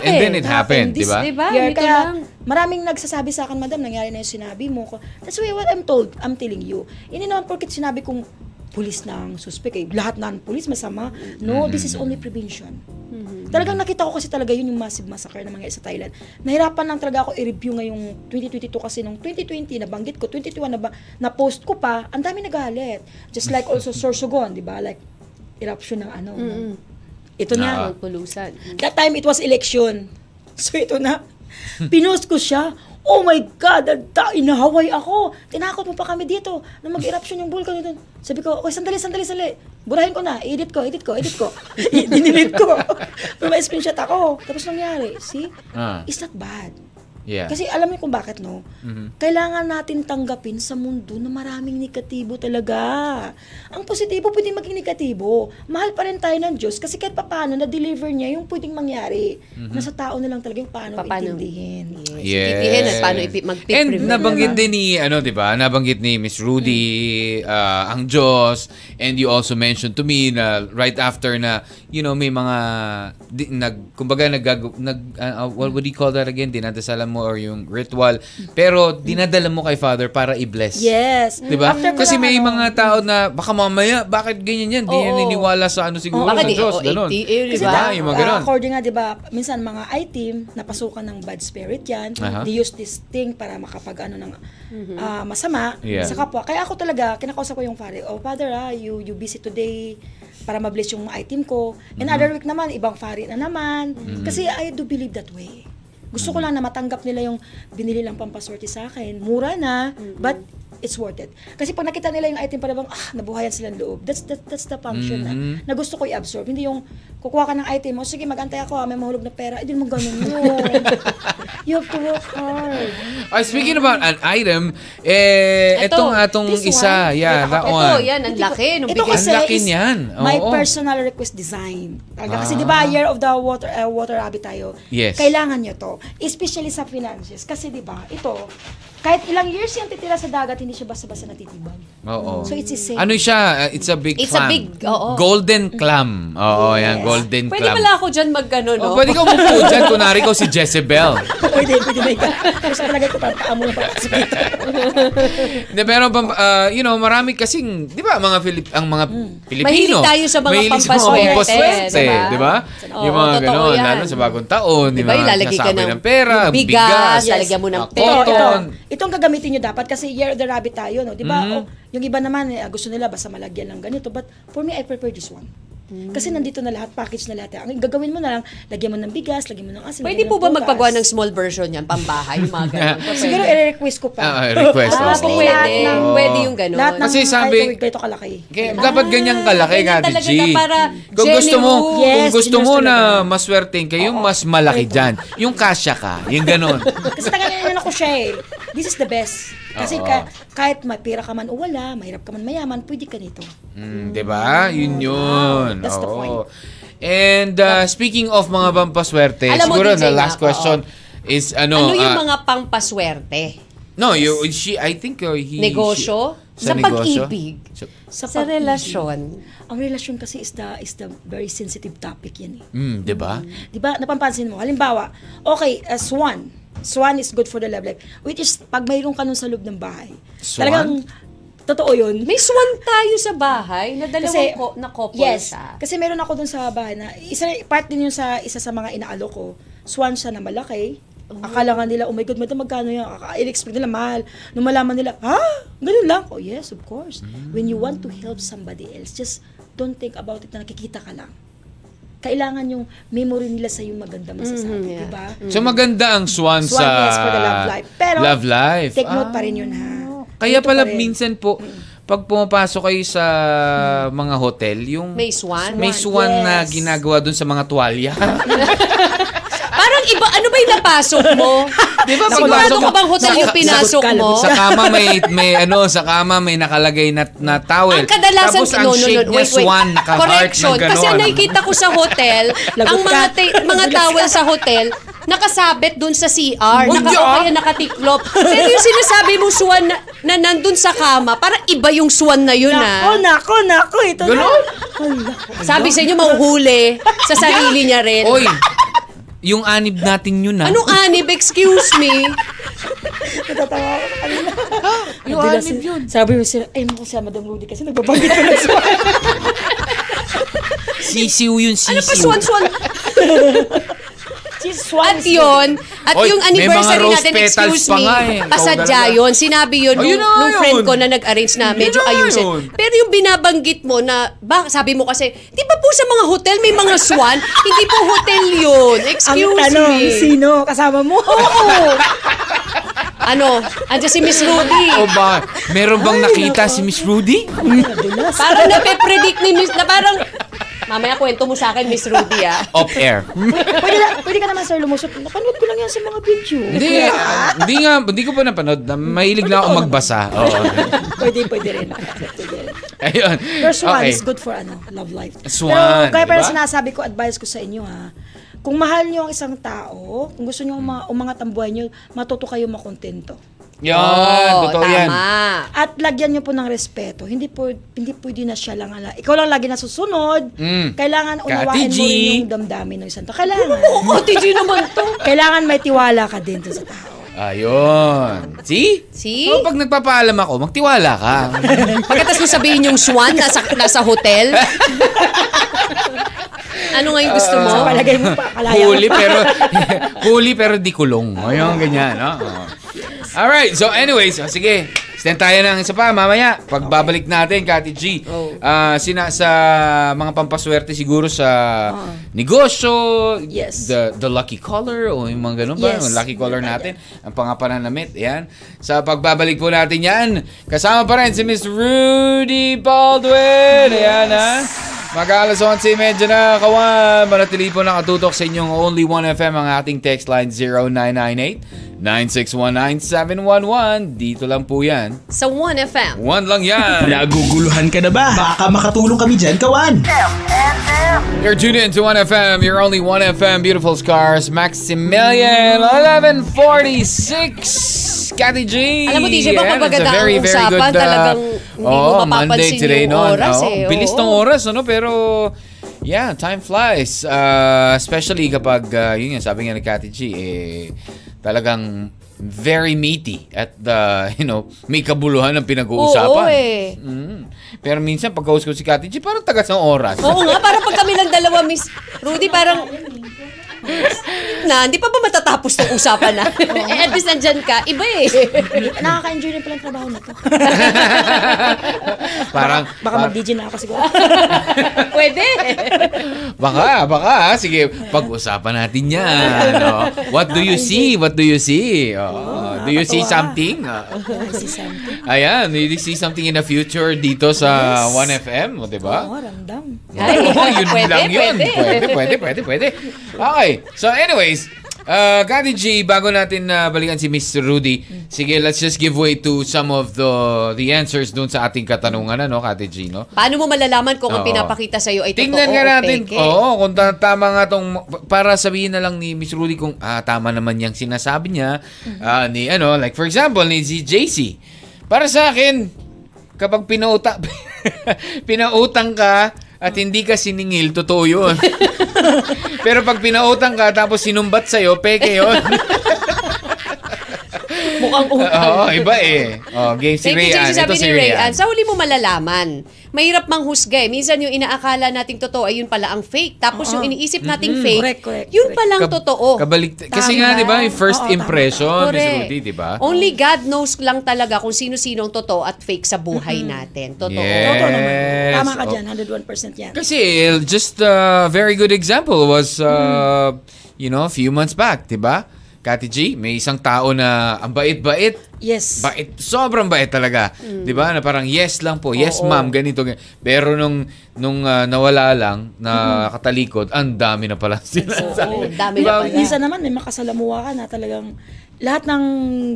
happened. And then it happened, This- di ba? diba? year. Dito Kaya lang. maraming nagsasabi sa akin, madam, nangyari na yung sinabi mo. ko." That's why what I'm told, I'm telling you. Hindi naman porkit sinabi kong pulis na ang suspect. Eh. Lahat na ang pulis, masama. No, Mm-hmm. this is only prevention. Mm-hmm. Talagang nakita ko kasi talaga yun yung massive massacre na mangyari sa Thailand. Nahirapan lang talaga ako i-review ngayong 2022 kasi nung 2020, nabanggit ko, 2021, naba, na-post ko pa, ang dami nagalit. Just like also Sorsogon, di ba? Like, eruption ng ano. ng- Ito Ah. na. Pulusan. That time, it was election. So, ito na. Pinost ko siya. Oh my God, da, inahaway ako. Tinakot mo pa kami dito na mag-eruption yung vulkan doon. Sabi ko, okay, sandali, sandali, sandali. Burahin ko na. Edit ko, edit ko, edit ko. Dinilit ko. Pero may screenshot ako. Tapos nangyari, see? Ah. It's not bad. Yeah. Mm-hmm. Kasi alam niyo kung bakit, no? Kailangan natin tanggapin sa mundo na maraming negatibo talaga. Ang positibo pwedeng maging negatibo. Mahal pa rin tayo ng Diyos kasi kahit paano na-deliver niya yung pwedeng mangyari. Nasa tao na lang talaga yung paano, Paano? intindihin. Mm-hmm. Yes. Intindihin at paano ipi- diba? magpiprevent. And nabanggit din ni, ano, di ba? Nabanggit ni Miss Rudy, ah, ang Diyos, and you also mentioned to me na right after na, you know, may mga, di, nag, kumbaga, nag, nag ah, ah, what would you call that again? Dinadasalan mo or yung ritual. Pero, dinadala mo kay Father para i-bless. Yes. Di ba? After Diba? ko Kasi lang, may ano, mga tao na, baka mamaya, bakit ganyan yan? Di Oo. yan niniwala sa ano siguro, Oo, baka sa di- Diyos. oo, Ganon. eh, eh, di Kasi ba? Ah, yung mga ganon. according nga, di ba, minsan mga I-team, napasukan ng bad spirit yan. Aha. They use this thing para makapag ano ng ah, masama Yeah. sa kapwa. Kaya ako talaga, kinakausap ko yung father, oh father ah, you, you busy today para mabless yung mga I-team ko. And Mhm. other week naman, ibang fari na naman. Kasi I do believe that way. Gusto ko Mhm. lang na matanggap nila yung binili lang pampaswerte sa akin. Mura na, but it's worth it. Kasi pag nakita nila yung item para bang, ah, nabuhayan silang loob. That's, that, that's the function na- Mhm. na gusto ko i-absorb. Hindi yung kukuha ka ng item mo, sige magantay ako, ah, may mahulog na pera. Eh, di mo ganun yun. you have to work hard. Ay, speaking about an item, eh, Ito, etong atong this isa. one. Yeah, that Ito, one. yan, ang laki. Nung Ito bigay. kasi Ang laki is niyan. my Oo. personal request design. Talaga. Kasi Ah. di ba, year of the water uh, water rabbit tayo. Yes. Kailangan nyo to. Especially sa finances. Kasi di ba, ito, kahit ilang years yan titira sa dagat, hindi siya basta-basta natitibag. Oo. So it's a safe. Ano siya? Uh, It's a big It's a clam. big- oo. Golden clam. Oo, yan. Golden Pwede clam. pala ako dyan mag ano, no? Oh, pwede ka umupo dyan. Kunwari ko si Jezebel. pwede, pwede na ikaw. Pero sa palagay ko, parang paa mo na papasok dito. Hindi, pero, pam- uh, you know, marami kasing, di ba, mga Filip, ang mga Pilipino. Hmm. Mahilig tayo sa mga mahilig sa mga pampaswerte, pampaswerte, di ba? Di ba? Oo, yung mga totoo ganon, yan. lalo sa bagong taon. Di Diba, ba? ilalagay ka Sasabay ng- ng pera, ng bigas, bigas. lalagyan mo ng mga pera. Ito, cotton. ito. Itong gagamitin nyo dapat kasi year of the rabbit tayo, no? Di ba? Mm-hmm. O, yung iba naman, eh, gusto nila basta malagyan lang ganito. But for me, I prefer this one. Mm. Kasi nandito na lahat, package na lahat. Ang gagawin mo na lang, lagyan mo ng bigas, lagyan mo ng asin. Pwede lagyan po ng ba prutas. magpagawa ng small version yan, pambahay, yung mga ganun? Siguro, i-request ko pa. Ah, request. Ah, oo. pwede. Lahat ng- Pwede Ano? yung ganun. Lahat ng Kasi sabi- ay, ganito kalaki. Kaya dapat ganyan kalaki ganyan ka, talaga G. ka para kung Jenny gusto mo, Wu. kung Yes, gusto mo ginusto na talaga. maswerteng kayo, yung mas malaki dyan. Yung kasya ka, yung ganun. Kasi tagalan na ako siya eh. This is the best. Kasi Oo. ka- kahit may pera ka man o wala, mahirap ka man mayaman, pwede ka nito. Mm, 'di ba? Yun yun. That's the Oo. point. And uh, speaking of mga pampaswerte, Alam mo, siguro DJ the last Mac, question is ano, ano yung ah, mga pangpaswerte? No, you she I think uh, he Negosyo? she- sa, Sa negosyo? pag-ibig? So- Sa, pag-ibig. relasyon? Ang relasyon kasi is the, is the very sensitive topic yan eh. mm, 'di ba? Di ba, napapansin mo? Halimbawa, okay, uh, swan. Swan is good for the love life. Which is, pag mayroon ka nun sa loob ng bahay. Swan? Talagang, totoo yun. May swan tayo sa bahay na dalawang ko, na couple yes, siya. Kasi meron ako dun sa bahay na, isa, part din yun sa isa sa mga inaalo ko. Swan siya na malaki. Akala nga nila, oh my God, madam, magkano yan? Aka- I-expect nila, mahal. Nung malaman nila, ha? Ganun lang? Oh yes, of course. Mm. When you want to help somebody else, just don't think about it na nakikita ka lang. Kailangan yung memory nila sa yung maganda Mhm, masasabi, yeah. di ba? So maganda ang swan, Swan sa yes for the love life. Pero, love life. take note Ah. pa rin yun ha. Kaya Dito pala pa rin. minsan po, Mm. pag pumapasok kayo sa mga hotel, yung May swan? may swan na yes. ginagawa dun sa mga tuwalya. Parang iba, ano ba yung napasok mo? Di ba pagpasok Sigurado ka mo- bang hotel yung Sagot- pinasok sagot ka, mo? lagot sa kama may may ano, sa kama may nakalagay na, na towel. Ang kadalasan, Tapos ang no, no, no, shape niya wait, wait. swan, naka-heart Correction. ng ganon. Kasi ang nakikita ko sa hotel, ang Lagot mga, ka. te- mga towel sa hotel, nakasabit dun sa CR, Wag naka, niya. o kaya nakatiklop. Pero yung sinasabi mo, swan na, na nandun sa kama, parang iba yung swan na yun, Nako, ah. nako, nako. Ito Ganun? na. Sabi sa inyo, mauhuli sa sarili niya rin. Oy, yung anib natin yun ah. Anong anib? Excuse me. Natatawa ako sa kanila. Yung anib yun. Sabi mo sila, ay mo si Madam Rudy kasi nagbabanggit ko ng swan. Sisiw yun, sisiw. Ano pa swan-swan? She's swan. At yun, at Oy, yung may mga anniversary rose natin, petals excuse pa me, nga eh. pasadya Ikaw yun. Sinabi yun Ayun na nung, nga nung friend yun. ko na nag-arrange na Yun medyo na nga ayusin. yun. Pero yung binabanggit mo na, ba, sabi mo kasi, di ba po sa mga hotel may mga swan? Hindi po hotel yun. Ang Excuse tanong, me. sino kasama mo? Oo. ano, andyan si O Miss Rudy. ba, meron bang nakita si Miss Rudy? Parang nape-predict ni Miss, na parang, Mamaya kwento mo sa akin, Miss Ruby, ah. Off air. pwede, na, pwede ka naman, sir, lumusot. Napanood ko lang yan sa mga video. Hindi, ah, hindi nga, hindi ko pa napanood. Na, mahilig lang ako magbasa. Oo. pwede, pwede rin. Pwede rin. Ayun. Your swan Okay. is good for ano, love life. Swan, Pero kaya parang diba? sinasabi ko, advice ko sa inyo ha, kung mahal niyo ang isang tao, kung gusto niyo uma- umangat ang buhay niyo, matuto kayo makontento. Yan, Oo, totoo Oh, tama. yan. At lagyan niyo po ng respeto. Hindi po hindi pwede na siya lang ala. Ikaw lang lagi nasusunod. Mm. Kailangan unawain G. mo rin yung damdamin ng isang tao. Kailangan. Oo, TG Oh, naman to. kailangan may tiwala ka din dun sa tao. Ayun. See? See? So, pag nagpapaalam ako, magtiwala ka. Pagkatas mo sabihin yung swan nasa, nasa hotel. ano nga yung gusto mo? Sa palagay mo pa, kalaya mo Ah. Huli pa. pero huli pero di kulong. Ayun, ganyan. Oh. Alright, so anyways, oh, sige. Stand tayo ng isa pa mamaya. Pagbabalik natin, Kati G. Oh. Ah, sina, sa mga pampaswerte siguro sa negosyo, Yes. the, the lucky color o yung mga ganun ba? Yes. Yung lucky color natin, ang pangapananamit. Yan. Sa pagbabalik po natin yan, kasama pa rin si Miss Rudy Baldwin. Ayan ha. Mag-alas 11.30 na, kawan. Manatili po nakatutok sa inyong Only 1FM ang ating text line 0998-9619711. Dito lang po yan. Sa 1FM. One lang yan. Naguguluhan ka na ba? Baka makatulong kami dyan, kawan. You're tuned in to 1FM, your only 1FM, beautiful scars, Maximilian, 1146. Cathy G. Alam mo, DJ, Yan, it's mapapaganda a very, ang very usapan. good, uh, Talagang hindi mo oo, mapapansin Monday today, yung no? oras, Oo, eh. Bilis Oo. ng oras, ano? Pero, yeah, time flies. Uh, especially kapag, uh, yun nga, sabi nga ni Cathy G, eh, talagang very meaty at the, you know, may kabuluhan ang pinag-uusapan. Oo, eh. Mm. Pero minsan, pagka-host ko si Cathy G, parang tagas ng oras. Oo nga, para pag kami ng dalawa, Miss Rudy, parang... na, hindi pa ba matatapos tong usapan na? eh, at least nandyan ka, iba eh. Nakaka-enjoy rin pala ang trabaho na to. parang, Baka par- mag-DJ na ako siguro. Ah. Pwede. Baka, baka. Sige, pag-usapan natin yan. Oh. What do you see? What do you see? Oh. Do you see something? Oh. si Santi. Ayan, do you see something in the future dito sa 1FM? O, di ba? Oo, Oh, ramdam. Ay, Oo, yun pwede, lang yun. pwede. Pwede, pwede, pwede, pwede. Okay. So anyways, uh, Kati G, bago natin uh, balikan si Miss Rudy, sige, let's just give way to some of the the answers dun sa ating katanungan, ano, Kati G, no? Paano mo malalaman kung Oo. ang pinapakita sa'yo ay Tingnan totoo nga o natin. fake? eh? Oo, kung ta- tama nga tong para sabihin na lang ni Miss Rudy kung ah, tama naman yung sinasabi niya Mm-hmm. ah, ni ano, like for example ni si JC. Para sa akin, kapag pinauta pinautang ka Mm. at hindi ka siningil, totoo yun. Pero pag pinautang ka tapos sinumbat sa'yo, peke yun. Mukhang utang. Oo, iba eh. Oh, game si Thank you, Rayan. James. Ito Sabi si ni Rayan, Rayan. sa huli mo malalaman, mahirap mang husga eh. Minsan yung inaakala nating totoo ay yun pala ang fake. Tapos yung iniisip nating fake, Correct, correct, yun correct. palang Kab- totoo. kabalik- kasi Tama. nga, di ba, yung first Oo, tama. impression, Miss Correct. Rudy, di ba? Only God knows lang talaga kung sino-sino ang totoo at fake sa buhay natin. Totoo. Yeah. Totoo naman. Yes. Tama ka Oh. dyan, 101% yan. Kasi uh, just a very good example was, uh, you know, a few months back, di ba? Kati G, may isang tao na ang bait-bait. Yes. Bait, sobrang bait talaga. Di ba? Na parang yes lang po. Yes, ma'am, ganito, ganito. Pero nung nung uh, nawala lang, na katalikod, ang dami na pala sila. Mm-hmm. Oo, dami na Diba, pala. minsan naman may makasalamuha ka na talagang lahat ng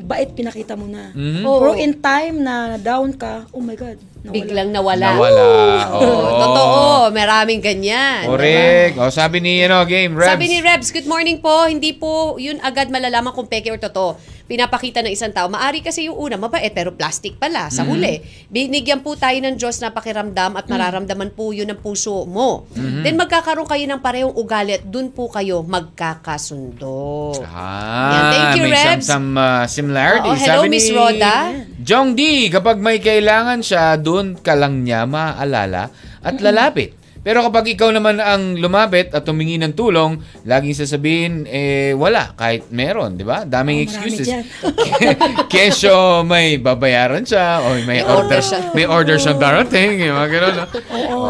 bait pinakita mo na. Oo. Pero in time na down ka, oh my God, nawala. Biglang nawala. Nawala. Oo. Oo. Totoo. Maraming ganyan. Correct. O, sabi ni, ano, game, Rebs. Sabi ni Rebs, good morning po. Hindi po yun agad malalaman kung peke or totoo. Pinapakita ng isang tao. Maari kasi yung una, mabait pero plastic pala Mm-hmm. sa huli. Binigyan po tayo ng Diyos na pakiramdam Mm. at mararamdaman po yun ng puso mo. Mm-hmm. Then magkakaroon kayo ng parehong ugali at dun po kayo magkakasundo. Ah, Yan, thank you, may Rebs. some, some uh, similarities. Oo, hello, Sabi Miss ni Rhoda. Jong D, kapag may kailangan siya, doon ka lang niya maaalala at lalapit. Pero kapag ikaw naman ang lumapit at tumingi ng tulong, laging sasabihin, eh, wala, kahit meron, di ba? Daming Oh, marami excuses. dyan. Kesyo, may babayaran siya, o may, order, order siya. may order siya darating, yung mga ganun. no?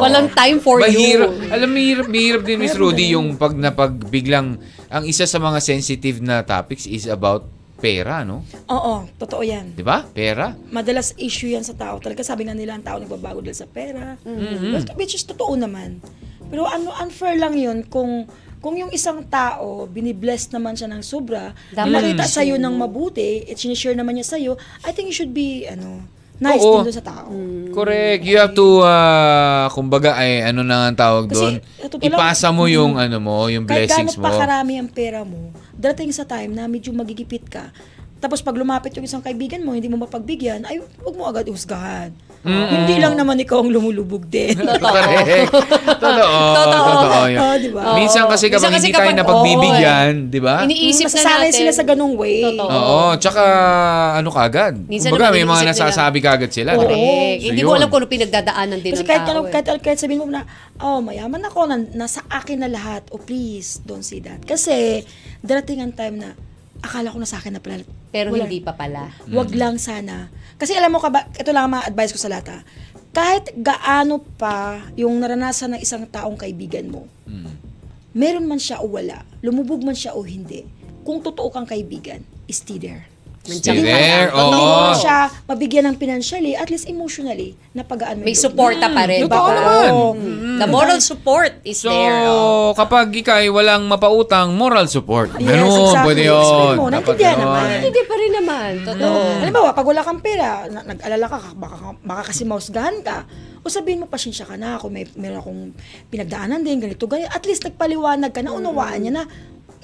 Walang time for Mahirap, you. alam mo, hirap, hirap din, Miss Rudy, yung pag napagbiglang, ang isa sa mga sensitive na topics is about pera, no? Oo, totoo yan. Di ba? Pera. Madalas issue yan sa tao. Talaga sabi nga nila, ang tao nagbabago dahil sa pera. Well, which is totoo naman. Pero ano unfair lang 'yun kung kung yung isang tao, binibless naman siya ng sobra, Dapat nakita Mm. sa'yo ng mabuti, at sinishare naman niya sa'yo, I think you should be, ano, nice Oo. din doon sa tao. Mm. Correct. You have to, ah, kumbaga, ay, ano na ang tawag doon? Kasi, ito pala- Ipasa mo mm-hmm. yung, ano mo, yung Kahit gaano blessings mo. pa karami ang pera mo, darating sa time na medyo magigipit ka, tapos pag lumapit yung isang kaibigan mo, hindi mo mapagbigyan, ay, huwag mo agad husgahan. Hindi lang naman ikaw ang lumulubog din. Correct. totoo. Totoo. Oh, Totoo. yun. Oo, di ba? Minsan kasi kapag Minsan kasi hindi tayo kapag- napagbibigyan, di ba? Iniisip na Masasanay natin. sila sa ganung way. Totoo. Oo, tsaka ano kagad. Minsan Kumbaga, naman may mga iniisip nila- nasasabi kagad sila. di ba? Correct. So, Hindi mo yun. alam kung ano pinagdadaanan din Kasi ng kahit, tao. ano, eh. kahit, kahit sabihin mo na, oh, mayaman ako, nan- nasa akin na lahat. Oh, please, don't say that. Kasi, darating ang time na, akala ko na sa akin na pala. Pero wala. hindi pa pala. Wag lang sana. Kasi alam mo, kaba, ito lang ang mga advice ko sa lata. Kahit gaano pa yung naranasan ng isang taong kaibigan mo, Mm. meron man siya o wala, lumubog man siya o hindi, kung totoo kang kaibigan, stay there. Stay Nandiyan ka there. lang. Hindi Oo. mo siya mabigyan ng financially, at least emotionally, napagaan mo May yung loob Diba? suporta pa rin. Mm, totoo baka. naman. Mm. Oo. The moral support is So, there. oh. oo. kapag ikay walang mapautang, moral support. Yes, Ganun, exactly. pwede yun. Explain mo, Dapat naintindihan ganun. naman. Hindi pa rin naman. Totoo. Halimbawa, pag wala kang pera, na- nag-alala ka, baka, baka kasi mausgahan ka, o sabihin mo, pasensya ka na, ako may, meron akong pinagdaanan din, ganito, ganito. At least nagpaliwanag ka na, unawaan niya na,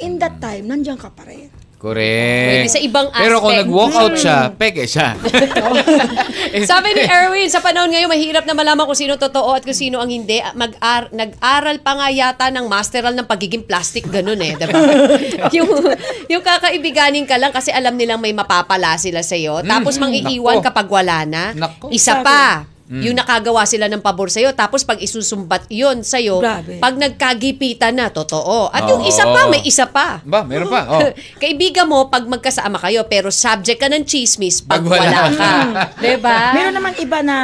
in that time, nandiyan ka pa rin. Correct. Pwede sa ibang Pero kung aspect. Hmm. nag-walkout siya, peke siya. Sabi ni Erwin, sa panahon ngayon, mahirap na malaman kung sino totoo at kung sino ang hindi. mag nag-aral pa nga yata ng masteral ng pagiging plastic, ganun eh, diba? yung, yung kakaibiganin ka lang kasi alam nilang may mapapala sila sa'yo. Mm, Tapos mm. mangiiwan Nako. kapag wala na. Nako. Mm. Isa pa, yung nakagawa sila ng pabor sa'yo. Tapos pag isusumbat yun sa'yo, Grabe. pag nagkagipitan na, totoo. At yung Oo. isa pa, may isa pa. ba, meron pa. Oh. Kaibigan mo pag magkasama kayo pero subject ka ng chismis pag, Pag wala wala, ka. ka. diba? Meron naman iba na,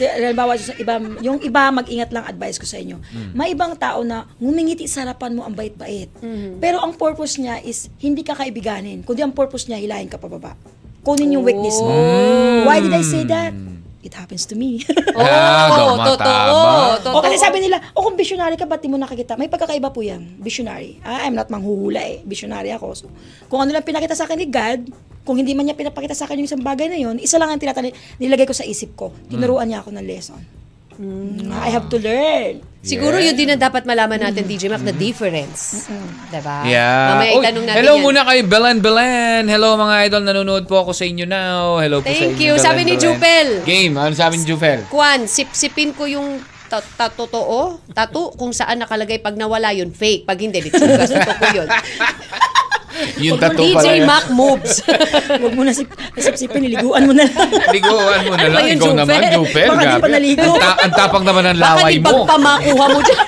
halimbawa, yung iba, yung iba, mag-ingat lang advice ko sa inyo. May ibang tao na ngumingiti sa harapan mo ang bait-bait. Pero ang purpose niya is hindi ka kaibiganin, kundi ang purpose niya hilahin ka pababa. Kunin yung weakness mo. Why did I say that? It happens to me. Oo, Ah, tama, totoo. tama. totoo. O kasi sabi nila, o kung visionary ka, ba't di mo nakikita? May pagkakaiba po yan. Visionary. Ah, I'm not manghuhula eh. Visionary ako. So, kung ano lang pinakita sa akin ni God, kung hindi man niya pinapakita sa akin yung isang bagay na yon, isa lang ang tinatali, nilagay ko sa isip ko. Tinuruan niya ako ng lesson. Ah, I have to learn. Siguro Yeah. yun din ang dapat malaman natin, DJ Mac, na difference. Diba? Yeah. Mamaya Uy, itanong natin hello yan. muna kay Belen Belen. Hello mga idol, nanonood po ako sa inyo now. Hello po sa Thank inyo. you. Sabi ni Belen, Belen. Jupel. Game, ano sabi ni Jupel? Kwan, sipsipin ko yung ta- ta- totoo, tattoo, kung saan nakalagay pag nawala yun, fake. Pag hindi, litsugas, totoo ko yun. Yung tattoo pala. DJ yun. Mac moves. Huwag mo na sip, sipsipin, niliguan mo na lang. Liguan mo na Ano lang. ba yun, Ikaw Jupel? naman, Jupel. Baka di grabe. pa naligo. Ang ta- Ang tapang naman ng Baka laway di mo. pagpamakuha mo dyan.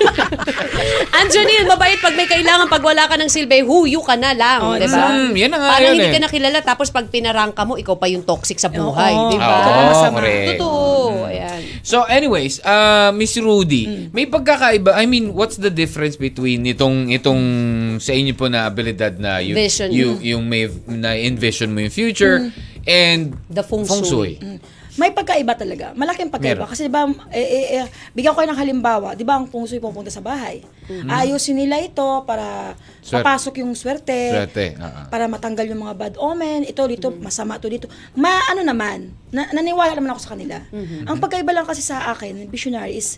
Anjonil, mabait pag may kailangan, pag wala ka ng silbi, huyu ka na lang, Oh, di ba? mm, yan na nga Parang yun hindi eh. ka nakilala, tapos pag pinarangka mo, ikaw pa yung toxic sa buhay, Oo. di Oo, ba? Mm. Totoo, masama. correct. Totoo, ayan. So anyways, uh, Miss Mm. Rudy, may pagkakaiba. I mean, what's the difference between itong itong sa inyo po na abilidad na you, Vision. you yung may na envision mo yung Mm. future and The feng shui. May pagkaiba talaga. Malaking pagkaiba. Meron. Kasi di ba, eh, eh, eh, bigyan ko kayo ng halimbawa, di ba ang pungsoy pupunta sa bahay? Ayusin nila ito para Mm-hmm. Swerte. papasok yung swerte. Swerte, ah, oo. Para matanggal yung mga bad omen. Ito dito, masama to dito. Ma, ano naman, na, naniwala naman ako sa kanila. Ang pagkaiba lang kasi sa akin, visionary is,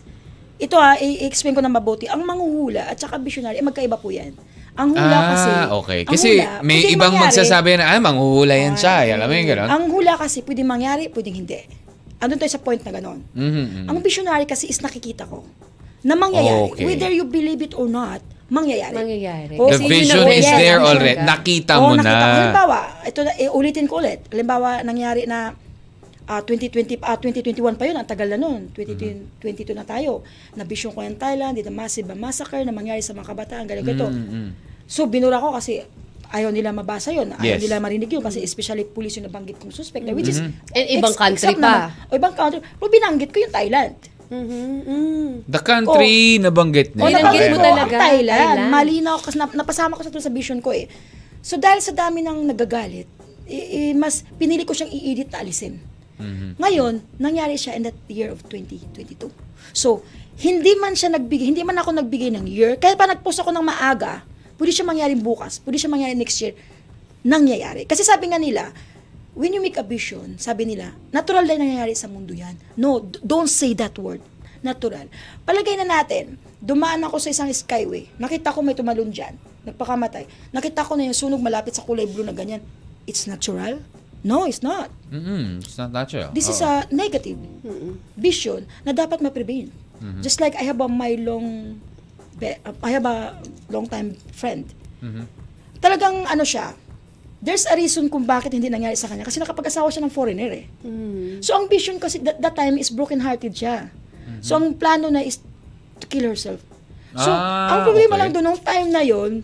ito ha, i- i-explain ko na mabuti. Ang manghuhula at saka visionary, eh, magkaiba po yan. Ang hula ah, Mm, kasi, okay. ang Kasi hula, may pwedeng ibang mangyari. magsasabi na, ah, manghuhula yan siya. eh. Alam mo yung gano'n? Ang hula kasi pwedeng mangyari, pwedeng hindi. Andun tayo sa point na ganon. Mhm, mhm. Ang visionary kasi is nakikita ko na mangyayari. Okay. Whether you believe it or not, mangyayari. Mangyayari. Oo, The kasi yun vision ang- is Yes, there ang- already. talaga. Nakita Oo, mo na. nakita ko. Halimbawa, ito na, eh, ulitin ko ulit. Halimbawa, nangyari na ah, 2020, ah, 2021 pa yun, ang tagal na nun. Mm-hmm. 2022 na tayo. Nabisyon ko yung Thailand, did a massive massacre na mangyari sa mga kabataan, ganito, ganito. So, binura ko kasi ayaw nila mabasa yun. Ayaw Yes. nila marinig yun kasi especially police yung nabanggit kong suspect na which is... And ibang country pa. except naman- o ibang country. Pero binanggit ko yung Thailand. Mm-hmm, mm. The country nabanggit niya. Oh, nabanggit Binanggit mo ko ang talaga, Thailand. Thailand. Malinaw kasi nap- napasama ko sa doon sa vision ko eh. So dahil sa dami ng nagagalit, i- i- mas pinili ko siyang i-edit na alisin. Ngayon, nangyari siya in that year of 2022. So, Hindi man siya nagbigay, hindi man ako nagbigay ng year. Kahit pa nag-post ako ng maaga, pwede siya mangyari bukas, pwede siya mangyari next year, nangyayari. Kasi sabi nga nila, when you make a vision, sabi nila, natural na nangyayari sa mundo yan. No, d- don't say that word. Natural. Palagay na natin, dumaan ako sa isang skyway, nakita ko may tumalon dyan, nagpakamatay, nakita ko na yung sunog malapit sa kulay blue na ganyan. It's natural? No, it's not. Mm-mm, it's not natural. This is Oo. a negative vision na dapat ma-prevent. Mm-hmm. Just like I have a my long be- I have a long time friend. Mm-hmm. Talagang ano siya, there's a reason kung bakit hindi nangyari sa kanya kasi nakapag-asawa siya ng foreigner eh. So ang vision kasi that, that time is broken-hearted siya. Mm-hmm. So ang plano na is to kill herself. So Ah, ang problema okay. lang doon nung time na yon,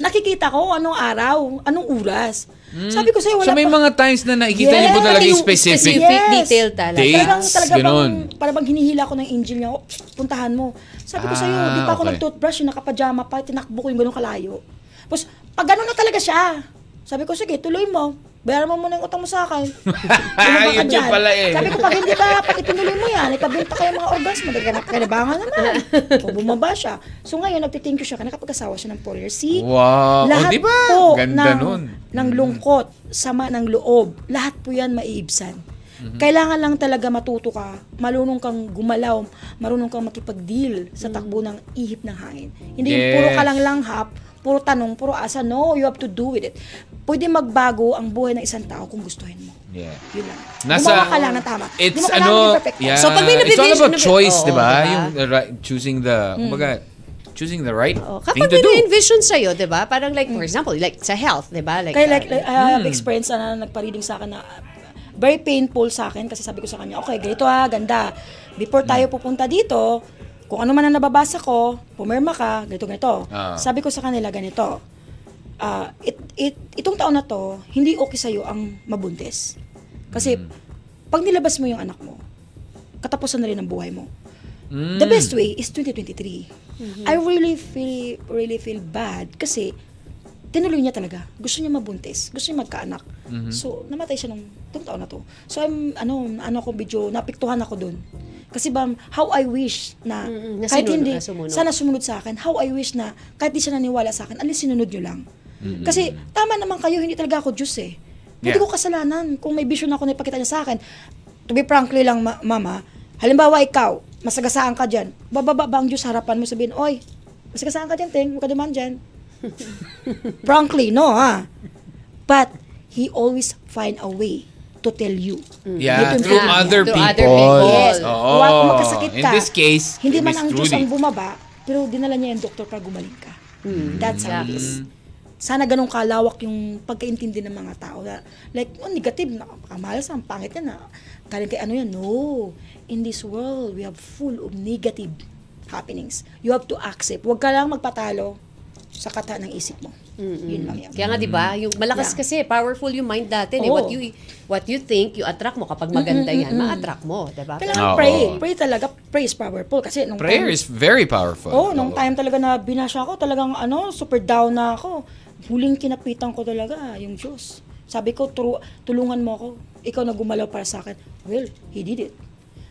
nakikita ko anong araw, anong oras. Sabi ko sa'yo, wala Mm. so may pa- mga times na nakikita Yes. niyo po talaga yung Yung specific. specific. detail talaga. Dates, Talagang, talaga ganun. bang, parang bang hinihila ko ng angel niya, "Oh, psst, puntahan mo. Sabi ko sa'yo, Ah, di pa ako okay. nag-toothbrush, yung nakapajama pa, tinakbo ko yung ganun kalayo. Tapos, pag ganun na talaga siya, sabi ko, sige, tuloy mo. Bayaran mo muna yung utang mo sa akin. Lumabas Ano ka Yun yung dyan. pala eh. Sabi ko, pag hindi ba, pag itinuloy mo yan, itabinta kayo mga orgasmo, nagkanap ka na ba nga naman. O bumaba siya. So ngayon, nagtitinko siya, nakapag-asawa siya ng foreigner. See, Wow. O, lahat di ba? po Ganda ng, nun. Mm-hmm. ng lungkot, sama ng loob, lahat po yan maiibsan. Mm-hmm. Kailangan lang talaga matuto ka, marunong kang gumalaw, marunong kang makipag-deal sa takbo ng ihip ng hangin. Hindi yung puro ka Mm-hmm. Yes. lang langhap, puro tanong, puro asa. No, you have to do with it. Pwede magbago ang buhay ng isang tao kung gustuhin mo. Yeah. Yun lang. Nasa- Gumawa ka lang ng tama. Hindi It's mo kailangan ano, maging perfecto. yeah. So, pag may it's all nabibish- about nabi- choice, Oo, di ba? diba? Yung uh, right, choosing the, Mm. kumbaga, choosing the right Oh, thing kapag to may do. na-envision sa'yo, di ba? Parang like, for example, like sa health, di ba? Like, Mm. Kaya like, uh, like, I Hmm. have experience na nagpa-reading sa akin na uh, very painful sa akin kasi sabi ko sa kanya, okay, ganito ha, ganda. Before tayo Hmm. pupunta dito, kung ano man ang nababasa ko, pumirma ka, ganito, ganito. Ah. Sabi ko sa kanila, ganito. ah, it, it, itong taon na to, hindi okay sa'yo ang mabuntis. Kasi, Hmm. pag nilabas mo yung anak mo, katapusan na rin ang buhay mo. Mm. The best way is Mm-hmm. 2023. I really feel really feel bad kasi tinuloy niya talaga. Gusto niya mabuntis, gusto niya magkaanak. So namatay siya nung itong taon na to. So I'm ano ano ako video, napiktuhan ako doon. Kasi ba how I wish na Mm-mm, na kahit sinunod- hindi na sumunod. sana sumunod sa akin. How I wish na kahit di siya naniwala sa akin, alis sinunod niyo lang. Kasi tama naman kayo, hindi talaga ako Diyos eh. Hindi Yeah. ko kasalanan kung may vision ako na ipakita niya sa akin. To be frankly lang, ma- mama, halimbawa ikaw, masagasaan ka dyan, bababa ba ang Diyos sa harapan mo sabihin, oy, masagasaan ka dyan, Teng, huwag ka dumaan dyan. frankly, no ha? But, he always find a way to tell you. Yeah, Dito yung through pinag- other Through people. other people. Yes. Oo. Wa- kung magkasakit In ka, this case, hindi man Miss ang Diyos Trudy. ang bumaba, pero dinala niya yung doktor para gumaling ka. That's how it is. Sana ganun kalawak yung pagkaintindi ng mga tao. Na, like, oh, negative, nakakamalas, ang pangit yan. Na, galing kay ano yan. No. In this world, we have full of negative happenings. You have to accept. Huwag ka lang magpatalo sa kata ng isip mo. Yun lang yan. Kaya nga Mm. 'di ba, yung malakas uh, kasi Yeah. powerful yung mind natin eh. Oo. What you what you think, you attract mo kapag maganda yan, ma-attract mo, diba? 'di ba? Kailangan Oo. pray. Pray talaga. Pray is powerful. Kasi nung Prayer time- is very powerful. Oh, nung time talaga na binasya ako, talagang ano, super down na ako. Huling kinapitan ko talaga ah, yung Diyos. Sabi ko, "Turu- tulungan mo ako. Ikaw na gumalaw para sa akin. Well, He did it.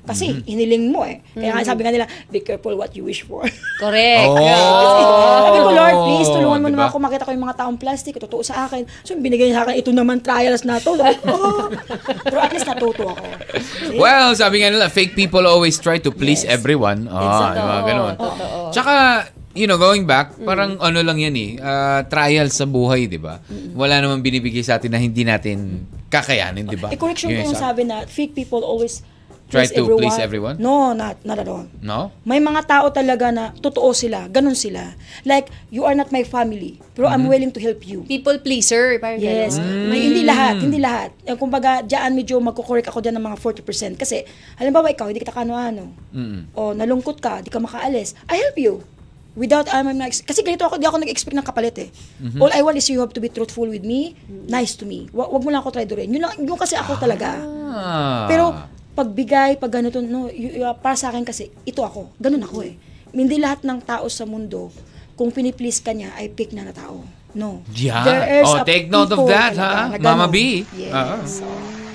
Kasi Mm-hmm. hiniling mo eh. Kaya nga sabi nga nila, be careful what you wish for. Correct. Oh. Sabi ko, Lord, please, tulungan mo Diba? naman ako makita ko yung mga taong plastic, totoo sa akin. So, yung binigay niya sa akin, ito naman, trials na to. Sabi ko, "Oh." Pero at least natuto ako. See? Well, sabi nga nila, fake people always try to please Yes. everyone. Ah, Exacto. yung mga ganun. Totoo. Tsaka, you know, going back, Mm. parang ano lang yan eh, ah, trial sa buhay, di ba? Wala namang binibigay sa atin na hindi natin kakayanin, di ba? Eh, correction ko Yun yung Diba? isa. sabi na fake people always Try to please everyone? No, not, not at all. No? May mga tao talaga na totoo sila, ganun sila. Like, you are not my family, pero I'm willing to help you. People pleaser, parang Yes. Mm. ganun. May, hindi lahat, hindi lahat. Eh, Kumbaga, dyan medyo magkukorek ako dyan ng mga 40%. Kasi, halimbawa ikaw, hindi kita kano-ano. O nalungkot ka, di ka makaalis. I help you. Without, I'm, I'm not, kasi ganito ako, di ako nag-expect ng kapalit eh. All I want is you have to be truthful with me, nice to me. Wa- wag mo lang ako try doon. Yun, lang, yun kasi ako talaga. Ah. Pero pagbigay, pag ganito, no, y- y- para sa akin kasi, ito ako. Ganun ako eh. Hindi lahat ng tao sa mundo, kung piniplease ka niya, ay pick na na tao. No. Yeah. There is Oh, a take note of people that, talaga ha? na ganun. Mama B. Yes. Ah.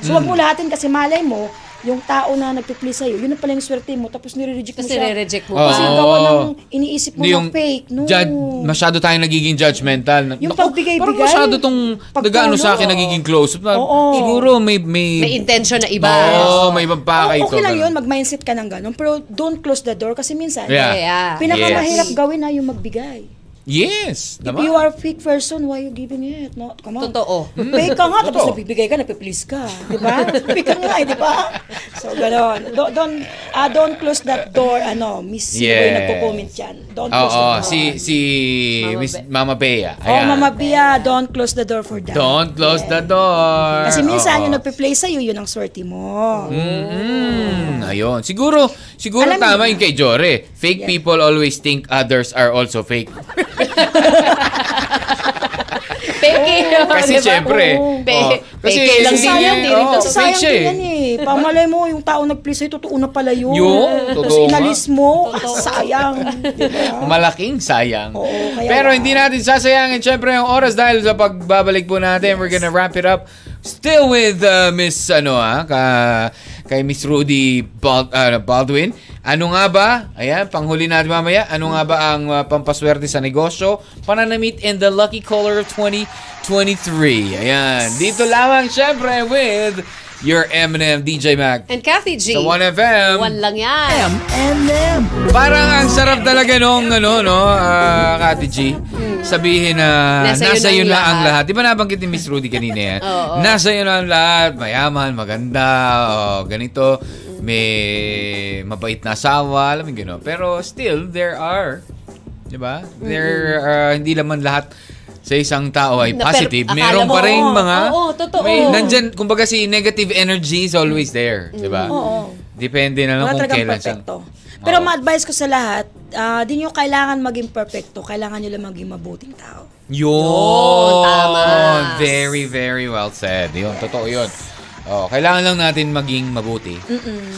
So, wag mo lahatin kasi malay mo, yung tao na nagpiplease sa'yo, yun na pala yung swerte mo, tapos nire-reject mo Tapos siya. nire-reject mo Oo. Kasi pa. gawa ng iniisip mo Hindi na fake. No. judge- masyado tayong nagiging judgmental. Yung Naku, pagbigay-bigay. Parang masyado tong Pagtulong. nagaano sa akin, nagiging close. Na- Oo. Siguro may... May, May intention na iba. Oo, may ibang pakay Oo, ko, okay lang ganun. yun, mag-mindset ka ng ganun. Pero don't close the door kasi minsan, Yeah. Yeah. pinakamahirap Yes. gawin na yung magbigay. Yes. diba? If naman. you are a fake person, why you giving it? No, come on. Totoo. Fake ka nga, tapos Totoo. nagbibigay ka, napiplease ka. Di ba? Fake ka nga, eh, di ba? So, gano'n. Don't, don't, ah, don't close that door. Ano, Miss Siboy Yes. nagko-comment yan. Don't Oo, close that door. si, si Mama Miss Be- Mama Bea. Oh, Ayan. Mama Bia, don't close the door for that. Don't close the door. Kasi Oo. minsan, yung nagpe-play sa'yo, yun ang swerte mo. Mm, ayun. Siguro, siguro Alam tama niyo- yung kay Jore. Fake Yeah. people always think others are also fake. Peke. Kasi diba? syempre. oh, Oh, Oo. Pe- oo. peke lang din yan. eh, Hindi rin oo, totoo. fake Sayang siya din yan eh. eh. Pamalay mo, yung tao nag-play sa'yo, totoo na pala yun. Yung, Tapos totoo nga. inalis mo, ah, sayang. Di ba? Malaking sayang. Oo, kaya Pero wala. hindi natin sasayangin syempre ang oras dahil sa pagbabalik po natin. We're gonna wrap it up still with uh, Miss ano ah, ka, kay Miss Rudy Bal- ah, Baldwin. Ano nga ba? Ayan, panghuli natin mamaya. Ano nga ba ang uh, pampaswerte sa negosyo? Pananamit in the lucky color of 2023. Ayan. Dito lamang syempre with your M&M DJ Mac. And Kathy G. Sa 1FM. One lang yan. Parang ang sarap talaga nung ano no, ah, Kati G. Sabihin na Nasa nasa, iyo yun na na ang ang lahat. Di ba nabanggit ni Miss Rudy kanina yan? Oo. Nasa yun na ang lahat. Mayaman, maganda, oh, ganito. May mabait na asawa, alam mo gano'n. Pero still, there are. Di ba? There, ah, hindi naman lahat sa isang tao ay Na per- positive. akala Meron mo, pa rin oo. mga... Oo, totoo. May, nandyan, kumbaga si negative energy is always there. Di ba? Oo. Depende na lang Ano Wala kung talagang kailan siya. perfecto. Pero Oo. ma-advise ko sa lahat, ah, di nyo kailangan maging perfecto. Kailangan nyo lang maging mabuting tao. Yun! tama. Very, very well said. Yun, totoo yun. Oh, kailangan lang natin maging mabuti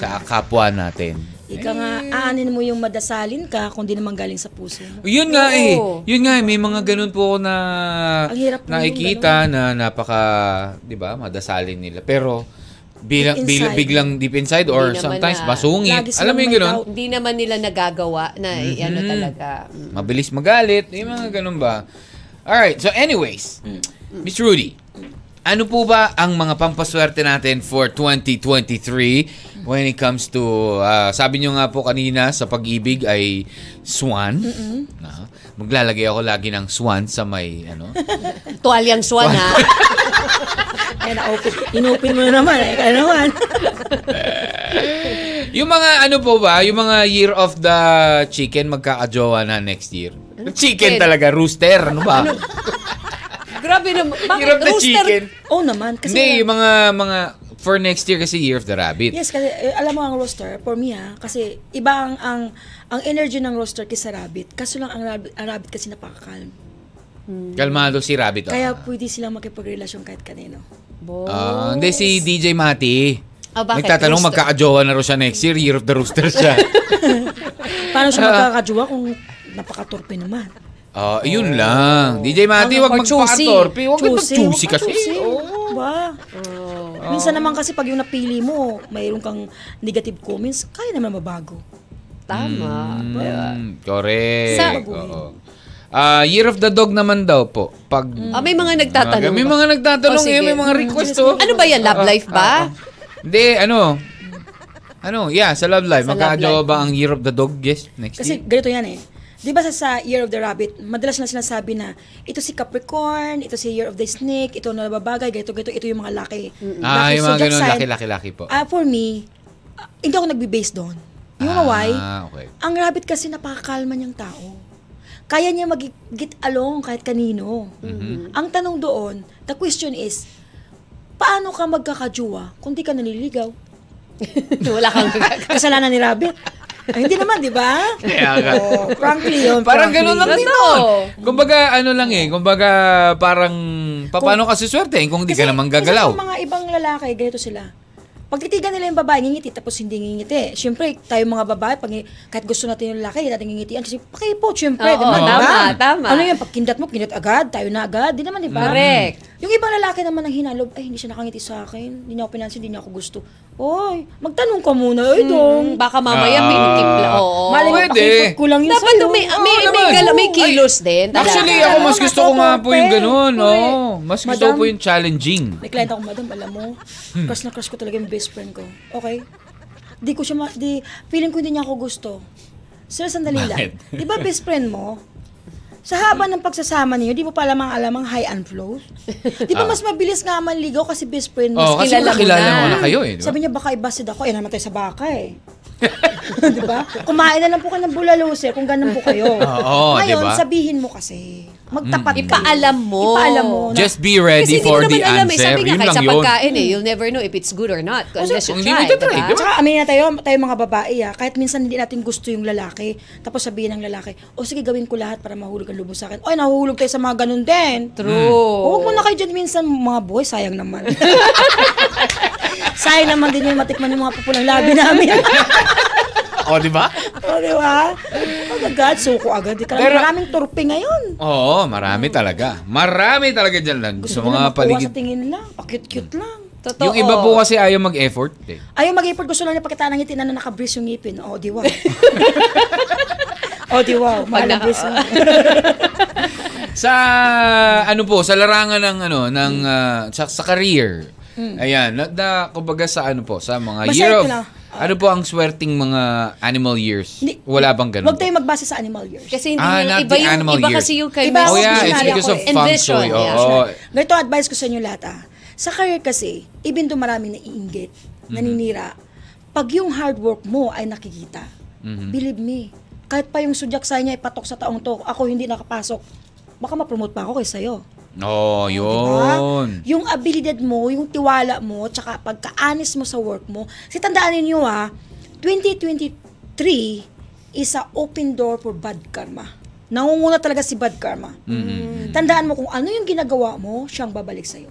sa kapwa natin. Ika nga, aanin mo yung madasalin ka kung di naman galing sa puso mo. Yun nga Oo. eh. Yun nga eh. May mga ganun po ako na Ang hirap po nakikita na napaka, di ba, madasalin nila. Pero bilang, Deep bila- inside. biglang deep inside or Hindi naman sometimes na- masungit. Lagi silang Alam mo yung may ganun? doubt. Hindi naman nila nagagawa na i- ano Mm-hmm. talaga. Mm. Mabilis magalit. Yung mga ganun ba? Alright, so anyways, Miss Rudy, ano po ba ang mga pampaswerte natin for 2023 when it comes to, ah, sabi nyo nga po kanina, sa pag-ibig ay swan. Na, maglalagay ako lagi ng swan sa may, ano, Tuwalyang swan ha. Ayan, na-open. Inopen mo na naman. Eh. Kaya naman. Yung mga ano po ba, yung mga year of the chicken magkakajowa na next year. Chicken Chicken? talaga, rooster, ano ba? Grabe naman. Bakit? Hirap na Rooster. chicken. Oo naman. Kasi Hindi, yung mga, mga, for next year kasi year of the rabbit. Yes, kasi eh, alam mo ang roaster, for me ha, kasi iba ang, ang, ang energy ng roaster kaysa rabbit. Kaso lang ang rabbit, ang rabbit kasi napaka-calm. Kalmado si Rabbit. oh. Kaya pwede silang makipagrelasyon kahit kanino. Bo. Ah, hindi si DJ Mati. Ah, bakit? Nagtatanong Rooster. magkakajowa na raw siya next year, Year of the Rooster siya. Paano siya magkakajuwa kung napaka-torpe naman? Ah, yun lang. DJ Ano, Mati, wag Or choosy. magpa-torpe. Wag Choosy, mag-choosy huwag kasi. ka-choosy. Oo. Diba? Minsan naman kasi pag yung napili mo, mayroon kang negative comments, kaya naman mabago. Tama. Diba? Mm, correct. Sa- Oo. Ah, year of the Dog naman daw po. Pag Ah, may mga Mm. nagtatanong. May ba? mga nagtatanong eh, Oh, sige. may mga request oh. Ano ba yan? Love life ah, ba? Hindi, ano? Ano? Yeah, sa Love Live. Sa Love Magkakajowa Live. ba ang Year of the Dog? Yes, next Kasi year. ganito yan eh. Di ba sa, sa Year of the Rabbit, madalas na sinasabi na ito si Capricorn, ito si Year of the Snake, ito na babagay, ganito, ganito, ito yung mga laki. Ah, Lucky yung zodiac mga ganun, sign. laki, laki, laki po. Ah, for me, ah, hindi ako nagbe-base doon. You know why? Ah, okay. Ang rabbit kasi napakakalma niyang tao. Kaya niya mag-get along kahit kanino. Mm-hmm. Ang tanong doon, the question is, paano ka magkakajuwa kung di ka naliligaw? ah. Wala kang gagawin. Kasalanan ni rabbit. Ay, hindi naman, di ba? Kaya nga. Oh, frankly yun. Parang frankly. gano'n lang din Totoo. nun. Kumbaga, ano lang eh. Kumbaga, parang, paano kasi swerte eh, kung hindi ka naman Kasi gagalaw. yung mga ibang lalaki, ganito sila. Pag titigan nila yung babae, ngingiti, tapos hindi ngingiti. Siyempre, tayo mga babae, pag, kahit gusto natin yung lalaki, hindi natin ngingitian. Kasi pakipot, siyempre. Oo, di ba? tama, Diba? tama. Ano yun, pag kindat mo, kindat agad, tayo na agad. Di naman, di ba? Correct. Yung ibang lalaki naman ang hinalob, ay, hindi siya nakangiti sa akin. Hindi niya ako pinansin, hindi niya ako gusto. Oy, magtanong ka muna, ay, dong. Mm, baka mamaya may Ah. timpla. Oo. Malay mo, Pwede. pakipag ko lang yun Dapat sa'yo. may, may, Oo may, naman. gala- may kilos din. talaga. Actually, ako mas gusto ko nga po yung ganun. Correct. Oh, mas gusto ko Madam. po yung challenging. May client ako, madam, alam mo, Hmm. crush na crush ko talaga yung best friend ko. Okay? Di ko siya, ma- di, feeling ko hindi niya ako gusto. Sir, sandali lang. Bakit? Di ba best friend mo? Sa haba ng pagsasama niyo, di mo pa lamang alam ang high and flows? Di ba mas mabilis nga manligaw kasi best friend mo? Oh, Ah. kasi kilala mo kilala na. mo na kayo eh. di ba? Sabi niya, baka ibasid ako. Eh, naman tayo sa baka eh. di ba? Kumain na lang po ka ng bulalo, sir, kung ganun po kayo. Oo, Ngayon, di ba? Hmm. sabihin mo kasi. Magtapat kayo. Ipaalam mo. Ipaalam mo. na- Just be Kasi ready hindi mo for naman the alam eh. answer. Sabi nga, Yun kahit lang sa yun. pagkain eh, you'll never know if it's good or not unless you Kung hindi try, mo itatry, diba? di ba? Tsaka aminin na tayo, tayo mga babae ah, kahit minsan hindi natin gusto yung lalaki, tapos sabihin ng lalaki, o sige gawin ko lahat para mahulog ang lubos sa akin. Oy, nahuhulog tayo sa mga ganun din. Hmm. True. Huwag mo na kayo dyan minsan, mga boy, sayang naman. sayang naman din yung matikman yung mga pupulang labi namin. Oh, di ba? o, di ba? Oh, agad, suko agad. Di ka Pero- maraming turpe ngayon. Oo, Mm. marami talaga. Marami talaga dyan lang. Sa Gusto mo na mga makuha paligid. sa tingin lang. Pakit-cute lang. Totoo. Yung iba po kasi ayaw mag-effort. Eh. Ayaw mag-effort, gusto lang niya pakita ng ngiti na nakabris yung ngipin. O, di wow. o, di wow. Mahal ang naka- bris mo. Sa ano po, sa larangan ng ano ng Mm. ah, sa, sa career. Ayan, na, na kumbaga sa ano po, sa mga Basta year ito of lang. ano po ang swerting mga animal years? Hindi- Wala bang ganun? Huwag tayong magbase sa animal years. Kasi hindi Ah, not yung, iba the yung, animal iba years. kasi yung kay Iba Oh ako, yeah, it's visionary because ako of eh. feng Envision, shui. Oh, yeah. Oo. Ganito ang advice ko sa inyo lahat ah. Sa career kasi, even though marami naiinggit, naninira, pag yung hard work mo ay nakikita, believe me, kahit pa yung sudyak sa niya ipatok sa taong to, ako hindi nakapasok, baka ma-promote pa ako kaysa sa'yo. Oo, Oh, Oh, yun. Diba? Yung abilidad mo, yung tiwala mo, tsaka pagka-honest mo sa work mo. Kasi tandaan ninyo ah, 2023 is a open door for bad karma. Nangunguna talaga si bad karma. Tandaan mo kung ano yung ginagawa mo, siyang babalik sa'yo.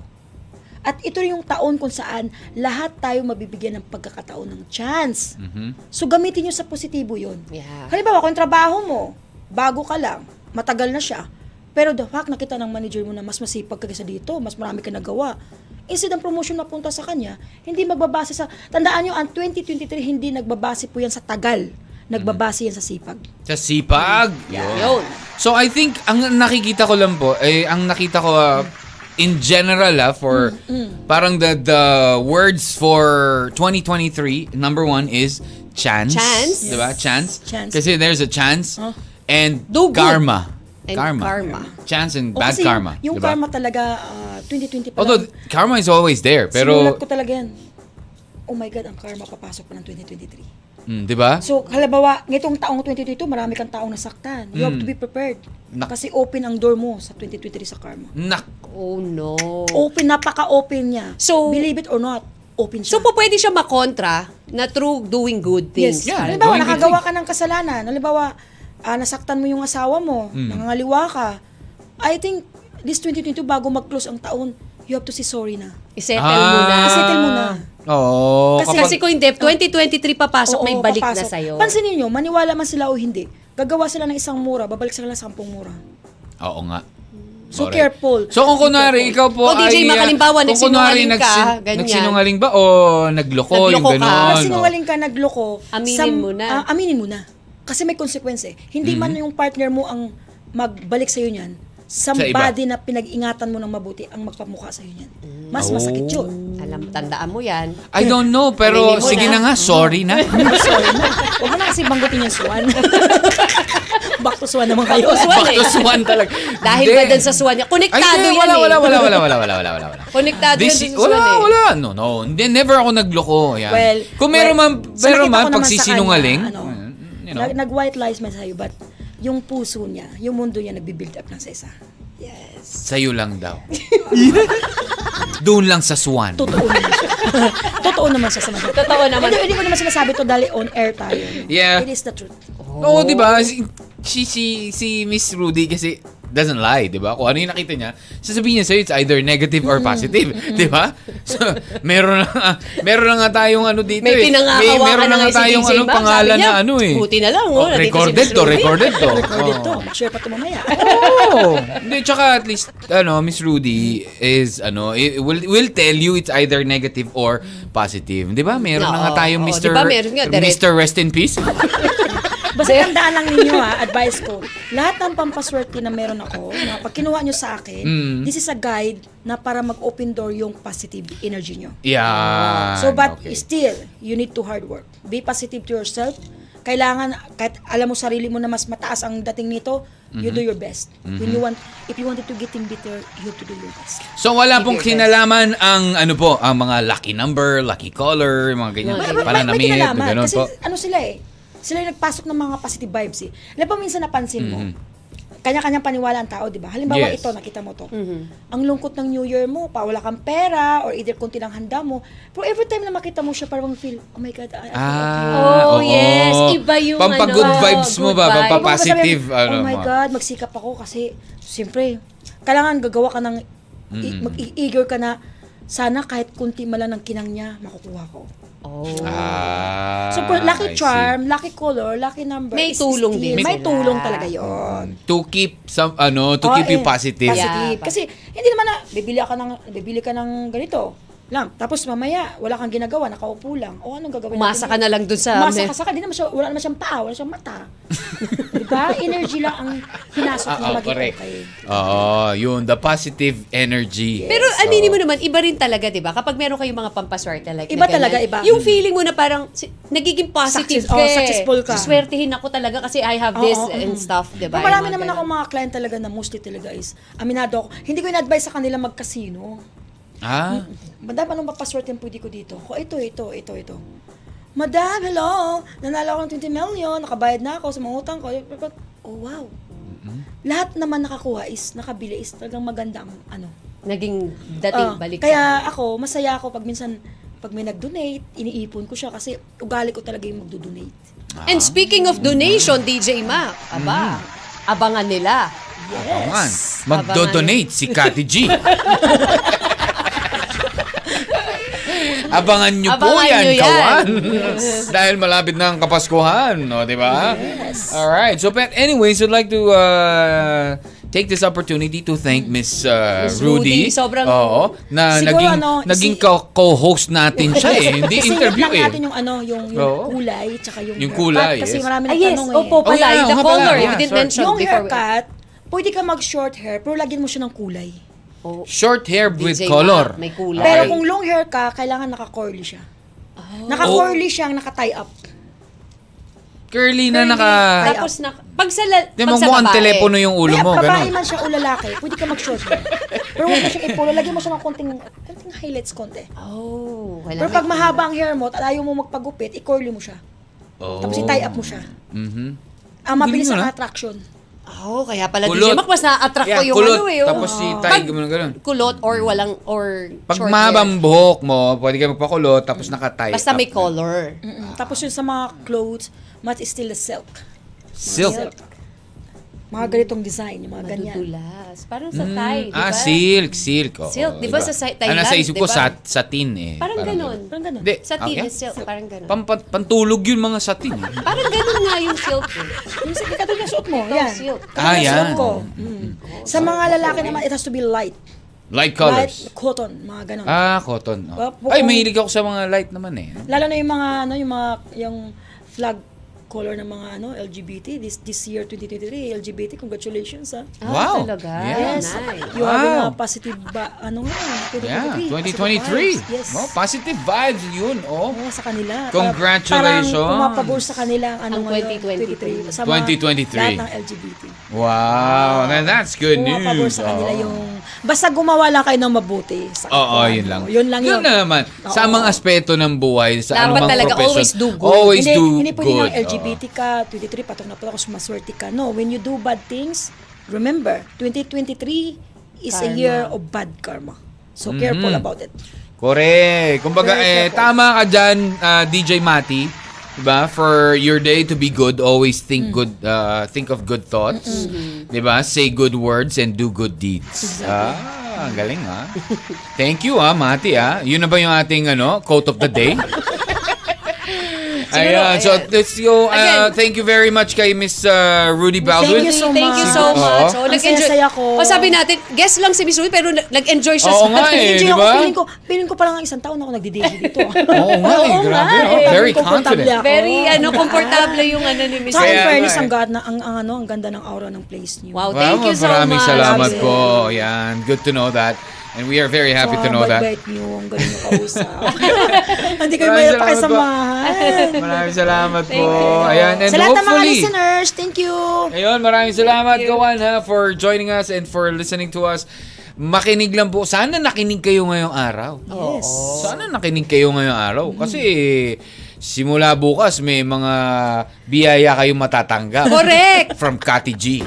At ito rin yung taon kung saan lahat tayo mabibigyan ng pagkakataon ng chance. Mhm. So gamitin nyo sa positibo yun. Yeah. Halimbawa, kung trabaho mo, bago ka lang, matagal na siya, pero the fact nakita ng manager mo na mas masipag ka kaysa dito, mas marami ka nagawa, instead ang promotion na punta sa kanya, hindi magbabase sa, tandaan nyo, ang 2023 hindi nagbabase po yan sa tagal, nagbabase yan sa sipag. Sa sipag. Yun. Yun. So I think ang nakikita ko lang po eh ang nakita ko ah, in general ah for parang the the words for 2023 number one is chance. Chance. Di ba? Chance. Chance. Kasi there's a chance Huh? and Do good. karma. And karma. karma. Chance and O bad Oh, kasi karma. Yung, yung di ba? karma talaga, ah, 2020 pa Although lang, karma is always there pero sinulat ko talaga yan. Oh my God, ang karma papasok pa ng 2023. mm, di ba? So, halimbawa, ngitong taong 2022, marami kang taong nasaktan. You have to Mm. be prepared. Nak- Kasi open ang door mo sa 2023 sa karma. Nak. Oh no. Open, napaka-open niya. So- Believe it or not, open So, siya. po pwede siya makontra na through doing good yes. things. Yeah, halimbawa, doing good nakagawa ka ng kasalanan. Halimbawa, ah, nasaktan mo yung asawa mo, Mm. nangangaliwa ka. I think, this 2022, bago mag-close ang taon, you have to say sorry na. Isettle mo na. Ah. Isettle mo na. Oo. Kasi- Kasi kung hindi, 2023 papasok, may Oo, balik na papasok. sa'yo. Pansinin nyo, maniwala man sila o hindi, gagawa sila ng isang mura, babalik sila ng sampung mura. Oo nga. So, Correct. careful. So kung kunwari, ikaw po O, ay... ah, DJ, makalimbawa, kung kunwari nagsinungaling ka, nagsin- ganyan. Nagsinungaling ba o nagloko, Nagloko yung ka. gano'n? Ano? Pag sinungaling ka, nagloko, Aminin mo na. ah, aminin mo na. Kasi may consequence eh. Hindi man Mhm. yung partner mo ang magbalik sa'yo niyan, somebody na pinag-ingatan mo ng mabuti ang magpamukha sa'yo niyan. Mm. Mas Oh. masakit yun. Alam, tandaan mo yan. I don't know, pero Aminin mo sige na. na. nga, sorry na. Sorry na. Huwag mo na kasi banggutin yung swan. Back to swan naman kayo. Swan eh. Baktos one talaga. Dahil Hindi. ba dun sa suwan niya? Ay, Konektado hindi, yan wala, eh. wala, wala, wala, wala, wala, wala, wala, wala. Konektado This yan is- dun sa suwan wala, eh. wala. No, no. Hindi, never ako nagloko. Yan. Well, Kung meron well, man, sa meron man nakita ko naman sa pagsisinungaling, kanya, ano, you know. nag- Nag-white lies man sa'yo, but yung puso niya, yung mundo niya, nagbe-build up lang sa isa. sa'yo lang daw. Doon lang sa swan. Totoo naman siya. Totoo naman siya sa mga. Totoo naman. Hindi, hindi ko naman sinasabi to dahil on air tayo. Yeah. It is the truth. Oo, di ba? Si, si, si, si Miss Rudy kasi doesn't lie, di ba? Kung ano yung nakita niya, sasabihin niya sa'yo, it's either negative or Mm-hmm. positive, di ba? So, meron na, meron na nga tayong ano dito May eh. pinangahawakan meron na na nga si nga tayong DJ anong Ma'am. pangalan Sabi niya, na ano eh. buti na lang, oh, Oh, nandito si recorded Miss to, Ruby. recorded to. Recorded to. Oh. Share pa to mamaya. Oo. Hindi, tsaka at least, ano, Miss Rudy is, ano, i- will, will tell you it's either negative or positive. Di ba? Meron na Oo, nga tayong oo. Mr. Oh, Di ba? Meron nga, direct- Mr. Rest in Peace. Basta tandaan lang ninyo ha, advice ko. Lahat ng pampaswerte na meron ako, na pag kinuha nyo sa akin, Mm. this is a guide na para mag-open door yung positive energy nyo. Yeah. So but okay. still, you need to hard work. Be positive to yourself. Kailangan, kahit alam mo sarili mo na mas mataas ang dating nito, Mm-hmm. you do your best. When you want, if you wanted to get in better, you have to do your best. So wala pong Bigger kinalaman ang ano po, ang mga lucky number, lucky color, mga ganyan. Mga May- may- may Pananamit, kinalaman. ganun Kasi po. ano sila eh, sila yung nagpasok ng mga positive vibes eh. Alam pa minsan napansin mo, kanya-kanyang paniwala ang tao, di ba? Halimbawa Mm-hmm. Yes. ito, nakita mo to. Ang lungkot ng New Year mo, pa wala kang pera, or either kunti lang handa mo. Pero every time na makita mo siya, parang feel, oh my God, I, I feel okay. Oh, Ah, oo. yes. Iba yung Pampag ano, good vibes mo good ba? vibes. Pampa Iba Kung positive. masabi, ano, oh my mga- God, magsikap ako kasi, siyempre, kailangan gagawa ka ng, Mm-hmm. i- mag-eager ka na, sana kahit kunti man lang ng kinang niya, makukuha ko. Oh. Ah, So, I for lucky see. charm, lucky color, lucky number. May is tulong still- din May sila. tulong talaga yon. Mm, To keep some, ano, to keep you positive. Oh, Yeah. eh, Positive. Kasi, hindi naman na, bibili ka ng, bibili ka ng ganito lang. Tapos mamaya, wala kang ginagawa, nakaupo lang. O anong gagawin Umasa ka na lang dun sa- Umasa ka sa kanya. Hindi naman siya, wala naman siyang paa, wala siyang mata. diba? Energy lang ang hinasok niya Oo, maging Ah, correct. okay. Oo, yun, the positive energy. Pero aminin mo naman, iba rin talaga, di ba? Kapag meron kayong mga pampaswerte like Iba na ganyan, talaga, iba. Mm. Yung feeling mo na parang si- nagiging positive Success- oh, ka eh. successful ka. Swertihin ako talaga kasi I have this Oo, oo, and mm. stuff, di ba? Pero marami Diba, Yung mga naman ganun. ako mga client talaga na mostly talaga is, aminado ako, hindi ko in-advise sa kanila mag-casino. Ah, Madam, anong mapaswerte yung pwede ko dito? Ko, ito, ito, ito, ito. Madam, hello! Nanalo ako ng 20 million, nakabayad na ako sa mga utang ko. Oh, wow. Lahat naman nakakuha is, nakabili is talagang maganda ang ano. Naging dating Ah, balik kaya sa... ako, masaya ako pag minsan, pag may nag-donate, iniipon ko siya kasi ugali ko talaga yung magdo-donate. And speaking of donation, DJ Ma, aba, Mm. abangan nila. man, Yes! magdo-donate si Kati G. Abangan nyo po Abangan yan, nyo yan. kawan. Dahil malapit na ang Kapaskuhan, no, di ba? All right. So, but anyways, I'd like to uh, take this opportunity to thank Miss uh, Miss Rudy. Rudy, sobrang- Oo, na Siguro, naging, ano, naging si- co- co-host natin siya eh. Hindi Kasi interview lang eh. natin yung ano, yung, yung Oo. kulay, tsaka yung, Yung haircut. kulay, Kasi yes. marami Ah, nang yes. tanong eh. Opo Oh, yeah, pala, oo the nga pala. color. Yeah, we didn't sorry. mention Yung before. we- haircut, pwede ka mag-short hair, pero lagyan mo siya ng kulay. Oh, Short hair with DJ Ma, color. may kulay. Pero kung long hair ka, kailangan naka-curly siya. Naka-curly siyang naka-tie up. Curly na Curly. naka... Tapos na, pag sa, la, Di pag mo sa mukhang babae, telepono yung ulo Kaya mo, babae gano'n. man siya o lalaki, pwede ka mag-short hair. Pero huwag mo siyang ipulo, lagyan mo siya ng konting, konting highlights konti. Oh, wala Pero na. pag mahaba ang hair mo at ayaw mo magpagupit, i-curly mo siya. Tapos i-tie up mo siya. Mhm. Ang mabilis Oh. Galing yun, ah. ang attraction. Oh, kaya pala Kulot. DJ Mac, mas na-attract ko Yeah, yung kulot. ano eh. oh. Tapos si Tay, gano'n, gano'n. Kulot or walang, or Pag short mahabang buhok mo, pwede ka magpakulot, tapos naka-tie. hair. Basta up may na. color. Mm. Tapos yun sa mga clothes, much is still the silk. Silk. Mga ganitong design, yung mga ganyan. Madudulas. Parang sa Thai, di ba? Ah, silk, silk. oo, Silk, di ba sa Sa- Ah, nasa Thailand, isip di ko, ba? sa, satin eh. Parang ganun. Parang ganun. Hindi. Sa Ah, TV yeah? silk, parang ganun. Pam, pan- pantulog yun mga satin. eh. Parang ganun nga yung silk eh. Yung sa katulad ng suot mo, yan. silk. Ah, Katulad ng suot yan. ko. Mm. Sa mga lalaki naman, it has to be light. Light Light colors. cotton, mga ganun. Ah, cotton. oh. Ah, bukong- Ay, mahilig ako sa mga light naman eh. Lalo na yung mga ano yung mga yung flag color ng mga ano LGBT this this year 2023 LGBT congratulations ha. Ah, Wow. Talaga. Yeah. Yes. Nice. You are having a Wow. positive ba, ano nga Yeah, 2023. 2023. Yes. Oh, positive vibes yun, oh. Oo, sa kanila. Congratulations. Parang pumapabor sa kanila ang ano Ang ngayon, 2023. 2023. Sa mga 2023. Lahat ng LGBT. Wow, now that's good news. Pumapabor sa kanila oh. yung... Basta gumawa lang kayo ng mabuti. Sa Oo, ano, yun lang. Yun lang yun. na naman. Sa Oo. amang aspeto ng buhay, sa Dapat anumang talaga profession, always do good. Always hindi, do hindi pwede good. ng LGBT ka, 23, patong na patong, sumaswerte ka. No, when you do bad things, remember, 2023 is a Karma. year of bad karma. So Mm-hmm. careful about it. Correct. Kumbaga, Very eh, careful. tama ka dyan, ah, DJ uh, Mati. 'Diba? For your day to be good, always think good, uh, think of good thoughts. 'Di ba? Say good words and do good deeds. Ah, ang galing ha. Thank you ah, Mati ah. Yun na ba yung ating ano, quote of the day? Ayan, so ayan. let's go. Uh, Again. thank you very much kay Miss uh, Rudy Baldwin. Thank you so Thank you so much. much. Oo. Oh, Ang nag-enjoy. saya-saya ko. O, sabi natin, guest lang si Miss Ruby, pero na- nag-enjoy siya. Oo sa- nga eh, di Enjoy ako. ba? Feeling ko, feeling ko parang isang taon ako nagdi-DJ dito. Oo nga eh, grabe. no? eh. Very Oh, Comfortable confident. ako. Very, ano, komportable yung ano ni Miss Sa in Kaya nga Ruby. fairness, eh. ang, God na, ang, ang, ano, ang ganda ng aura ng place niyo. Wow, thank you so maraming much. salamat Grabe. po. Yan, good to know that. And we are very happy to know Wow, that. bait niyo. Ang galing niyo kausap. Hindi Maraming kayo may salamat po. pakisamahan. Maraming salamat po. you. Ayan, and Sa lahat ng mga hopefully... listeners, thank you. Ayun, maraming salamat, Gawan, ha, for joining us and for listening to us. Makinig lang po. Sana nakinig kayo ngayong araw. Yes. Sana nakinig kayo ngayong araw. Kasi simula bukas may mga biyaya kayong matatanggap. Correct. From Kati G.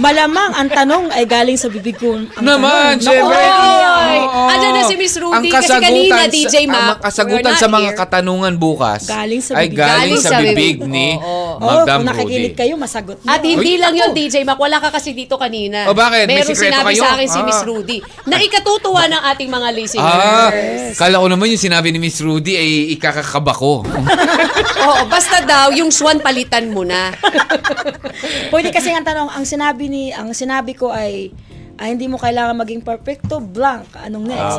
Malamang ang tanong ay galing sa bibig ko. Ang Naman, tanong. syempre. Naku, Oy, ano na si Miss Rudy? Kasi kanina, DJ sa- Mac, ang kasagutan we're not sa mga here. katanungan bukas Galing sa ay bibig. galing, Galing sa sa bibig bibig. ni Oo. Oo, Oh, Madam kung Rudy. nakikinig kayo, masagot niyo. At hindi Uy, lang ako. yun, DJ Mac. Wala ka kasi dito kanina. Oh, bakit? May Meron sikreto sinabi kayo? sa akin si Ah. Miss Rudy na ikatutuwa ng ating mga Ah, listeners. kala ko naman yung sinabi ni Miss Rudy ay ikakakaba ko. Oo, basta daw, yung swan palitan mo na. Pwede kasi ang tanong, ang sinabi ni, ang sinabi ko ay, ay hindi mo kailangan maging perfecto, blank. Anong next?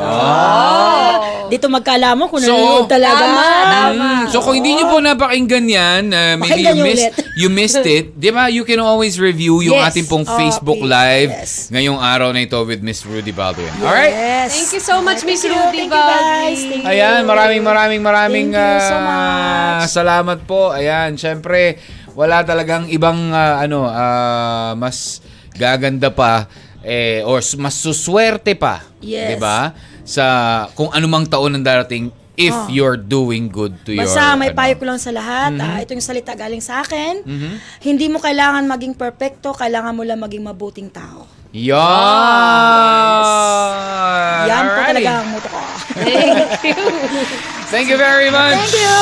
Ah. Dito magkaalaman kung So, nanonood talaga. tama, tama. Mm, so kung hindi nyo po napakinggan yan, uh, maybe Pakinggan you nyo missed, ulit. you missed it, di ba you can always review yung Yes. ating pong Oh, Facebook please. Live Yes. ngayong araw na ito with Miss Rudy Baldwin. Alright? Yes. Thank you so much, Miss Thank you, Rudy. thank you, guys. Baldi. Thank you. Ayan, maraming maraming maraming Thank you so ah, much. salamat po. Ayan, syempre wala talagang ibang ah, ano ah, mas gaganda pa eh or s- mas suswerte pa, 'di Yes. ba? Sa kung anumang taon ang darating if you're doing good to your Oh. Basta may ano. Mhm. payo ko lang sa lahat. ah, ito yung salita galing sa akin. Hindi mo kailangan maging perfecto, kailangan mo lang maging mabuting tao. Yan! Yan po Alrighty. talaga ang motto ko. Thank you. Thank you very much. Thank you!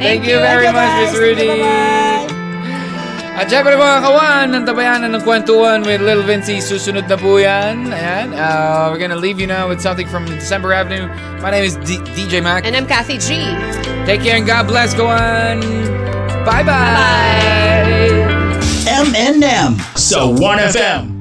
Thank you very Thank you, much, guys. Miss Rudy. Thank you, bye-bye. At syempre mga kawan, ng tabayanan ng kwentuhan with Lil Vinci. Susunod na po yan. Ayan. Uh, we're gonna leave you now with something from December Avenue. My name is D- DJ Mac. And I'm Kathy G. Take care and God bless, kawan. Bye-bye. Bye. M&M. So 1FM.